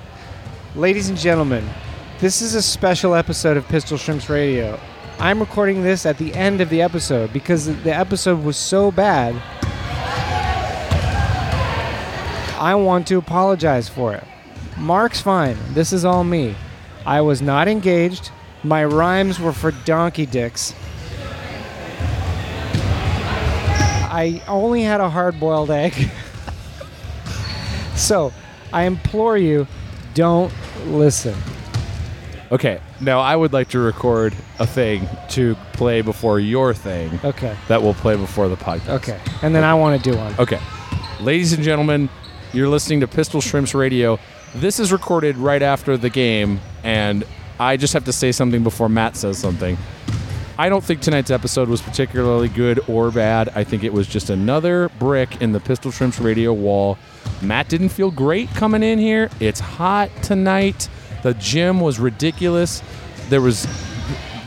Speaker 1: Ladies and gentlemen, this is a special episode of Pistol Shrimps Radio. I'm recording this at the end of the episode because the episode was so bad. I want to apologize for it. Mark's fine. This is all me. I was not engaged. My rhymes were for donkey dicks. I only had a hard boiled egg. so I implore you don't listen.
Speaker 2: Okay. Now, I would like to record a thing to play before your thing
Speaker 1: Okay.
Speaker 2: that will play before the podcast.
Speaker 1: Okay. And then I want to do one.
Speaker 2: Okay. Ladies and gentlemen, you're listening to Pistol Shrimps Radio. This is recorded right after the game, and I just have to say something before Matt says something. I don't think tonight's episode was particularly good or bad. I think it was just another brick in the Pistol Shrimps Radio wall. Matt didn't feel great coming in here. It's hot tonight. The gym was ridiculous. There was.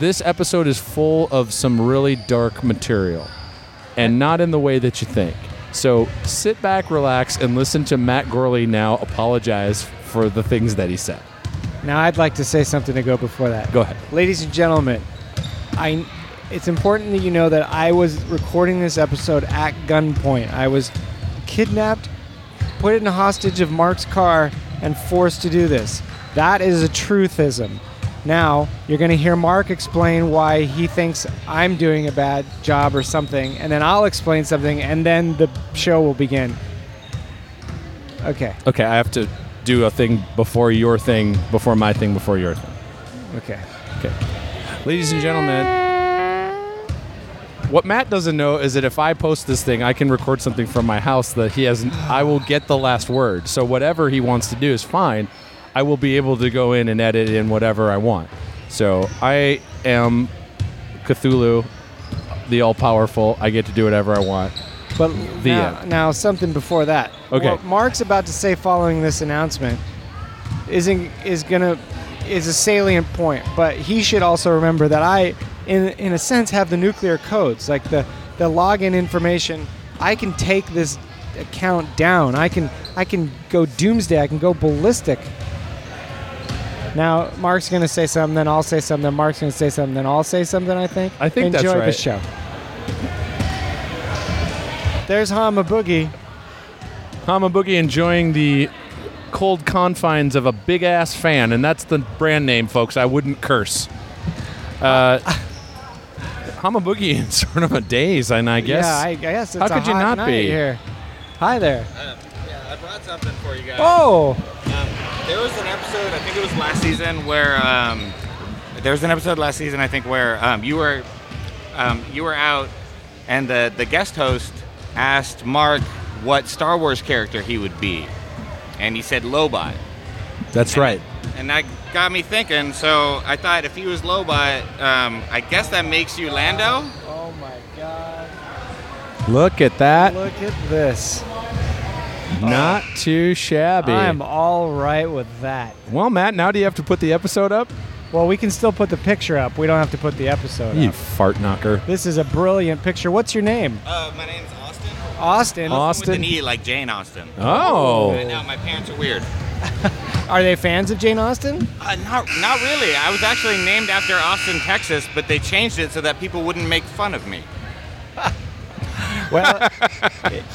Speaker 2: This episode is full of some really dark material and not in the way that you think. So sit back, relax, and listen to Matt Gurley now apologize for the things that he said.
Speaker 1: Now I'd like to say something to go before that.
Speaker 2: Go ahead.
Speaker 1: Ladies and gentlemen, I it's important that you know that I was recording this episode at gunpoint. I was kidnapped, put in a hostage of Mark's car and forced to do this. That is a truthism. Now, you're going to hear Mark explain why he thinks I'm doing a bad job or something, and then I'll explain something and then the show will begin. Okay.
Speaker 2: Okay, I have to do a thing before your thing, before my thing, before your thing.
Speaker 1: Okay.
Speaker 2: Okay. Ladies and gentlemen, what Matt doesn't know is that if I post this thing, I can record something from my house that he hasn't. I will get the last word. So whatever he wants to do is fine. I will be able to go in and edit in whatever I want. So I am Cthulhu, the all powerful. I get to do whatever I want.
Speaker 1: But
Speaker 2: The
Speaker 1: now,
Speaker 2: end.
Speaker 1: now something before that.
Speaker 2: Okay.
Speaker 1: What Mark's about to say following this announcement isn't is gonna is a salient point, but he should also remember that I in in a sense have the nuclear codes, like the, the login information. I can take this account down. I can I can go doomsday, I can go ballistic. Now Mark's gonna say something, then I'll say something, then Mark's gonna say something, then I'll say something, I think.
Speaker 2: I think
Speaker 1: Enjoy
Speaker 2: that's
Speaker 1: the
Speaker 2: right.
Speaker 1: show. There's Hama Boogie.
Speaker 2: Hama Boogie enjoying the cold confines of a big ass fan, and that's the brand name, folks. I wouldn't curse. Uh, Hama Boogie in sort of a daze, and I guess.
Speaker 1: Yeah, I, I guess it's
Speaker 2: How
Speaker 1: a
Speaker 2: could you
Speaker 1: hot
Speaker 2: not
Speaker 1: night
Speaker 2: be?
Speaker 1: here. Hi there.
Speaker 8: I brought something for you guys. Um,
Speaker 1: Oh,
Speaker 8: There was an episode, I think it was last season, where um, there was an episode last season, I think, where um, you were um, you were out, and the the guest host asked Mark what Star Wars character he would be, and he said Lobot.
Speaker 2: That's right.
Speaker 8: And that got me thinking. So I thought if he was Lobot, um, I guess that makes you Lando.
Speaker 1: Oh my god.
Speaker 2: Look at that.
Speaker 1: Look at this.
Speaker 2: Not too shabby.
Speaker 1: I'm all right with that.
Speaker 2: well, Matt, now do you have to put the episode up?
Speaker 1: Well, we can still put the picture up. We don't have to put the episode
Speaker 2: You
Speaker 1: up.
Speaker 2: fart knocker.
Speaker 1: This is a brilliant picture. What's your name?
Speaker 8: Uh, my name's Austin.
Speaker 1: Austin.
Speaker 8: With an
Speaker 2: Austin.
Speaker 8: E, like Jane Austen. I
Speaker 2: Oh.
Speaker 8: know my parents are weird.
Speaker 1: Are they fans of Jane Austen?
Speaker 8: Uh, not, not really. I was actually named after Austin, Texas, but they changed it so that people wouldn't make fun of me.
Speaker 1: Well,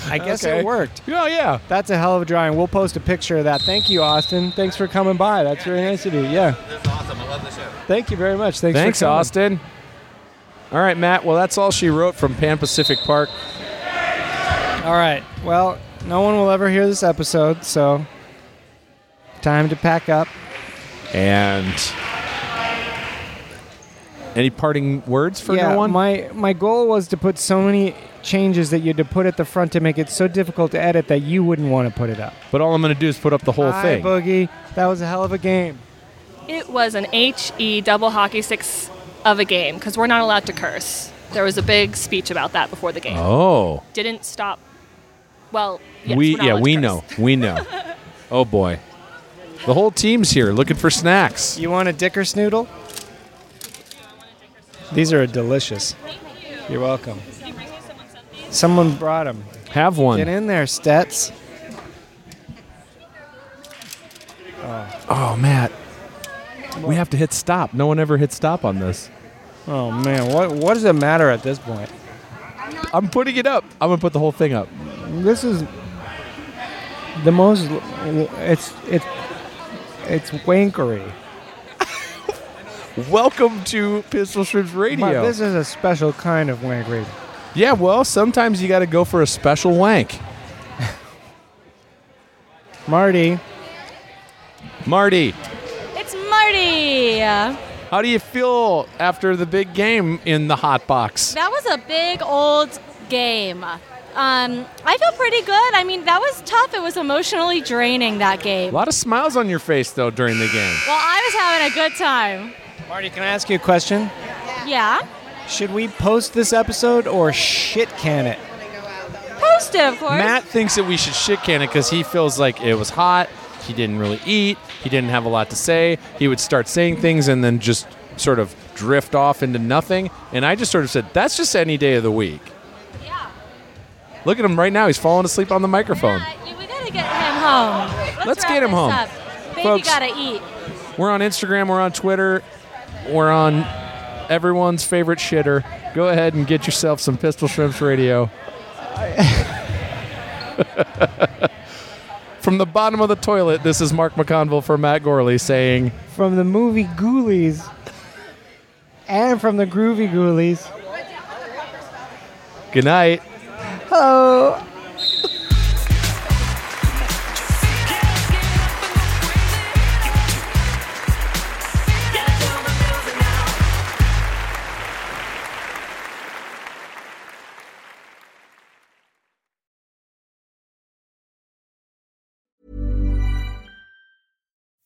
Speaker 1: I guess
Speaker 2: Okay.
Speaker 1: it worked.
Speaker 2: Oh, yeah.
Speaker 1: That's a hell of a drawing. We'll post a picture of that. Thank you, Austin. Thanks for coming by. That's very nice of you. Yeah.
Speaker 8: This is awesome. I love the show.
Speaker 1: Thank you very much. Thanks, for
Speaker 2: Thanks,
Speaker 1: coming.
Speaker 2: Austin. All right, Matt. Well, that's all she wrote from Pan Pacific Park.
Speaker 1: All right. Well, no one will ever hear this episode, so time to pack up.
Speaker 2: And any parting words for
Speaker 1: yeah,
Speaker 2: no one?
Speaker 1: my my goal was to put so many changes that you had to put at the front to make it so difficult to edit that you wouldn't want to put it up.
Speaker 2: but all I'm going to do is put up the whole
Speaker 1: Hi,
Speaker 2: thing.
Speaker 1: Boogie. That was a hell of a game.
Speaker 9: It was an HE double hockey sticks of a game because we're not allowed to curse. There was a big speech about that before the game.
Speaker 2: oh.
Speaker 9: Didn't stop. Well, yes,
Speaker 2: we
Speaker 9: we're not
Speaker 2: yeah,
Speaker 9: allowed to
Speaker 2: we
Speaker 9: curse.
Speaker 2: know. We know. oh boy. The whole team's here looking for snacks.
Speaker 1: You want a dicker snoodle? These are delicious. You're welcome. Someone brought them.
Speaker 2: Have one.
Speaker 1: Get in there, Stets.
Speaker 2: Oh, Matt. We have to hit stop. No one ever hit stop on this.
Speaker 1: Oh man, what what does it matter at this point?
Speaker 2: I'm putting it up. I'm going to put the whole thing up.
Speaker 1: This is the most. It's it's it's wankery.
Speaker 2: Welcome to Pistol Shrimps
Speaker 1: But
Speaker 2: Radio.
Speaker 1: this is a special kind of wankery.
Speaker 2: yeah, well, sometimes you got to go for a special wank.
Speaker 1: Marty,
Speaker 2: Marty,
Speaker 3: It's Marty.
Speaker 2: how do you feel after the big game in the hot box?
Speaker 3: That was a big old game. Um, I feel pretty good. I mean, that was tough. It was emotionally draining that
Speaker 2: A
Speaker 3: game.
Speaker 2: lot of smiles on your face though during the game.
Speaker 3: Well, I was having a good time.
Speaker 1: Marty, can I ask you a question?
Speaker 3: Yeah.
Speaker 1: Should we post this episode or shit can it?
Speaker 3: Post it, of course.
Speaker 2: Matt thinks that we should shit can it because he feels like it was hot. He didn't really eat. He didn't have a lot to say. He would start saying things and then just sort of drift off into nothing. And I just sort of said, that's just any day of the week.
Speaker 3: Yeah.
Speaker 2: Look at him right now. He's falling asleep on the microphone.
Speaker 3: Yeah, you- we gotta get him home. Let's,
Speaker 2: Let's get
Speaker 3: wrap
Speaker 2: him
Speaker 3: this
Speaker 2: home.
Speaker 3: Up. Baby
Speaker 2: Folks.
Speaker 3: gotta eat.
Speaker 2: We're on Instagram. We're on Twitter. We're on everyone's favorite shitter. Go ahead and get yourself some Pistol Shrimps Radio. From the bottom of the toilet, this is Mark McConville for Matt Gorley saying.
Speaker 1: From the movie Ghoulies and from the Groovy Ghoulies.
Speaker 2: Good night.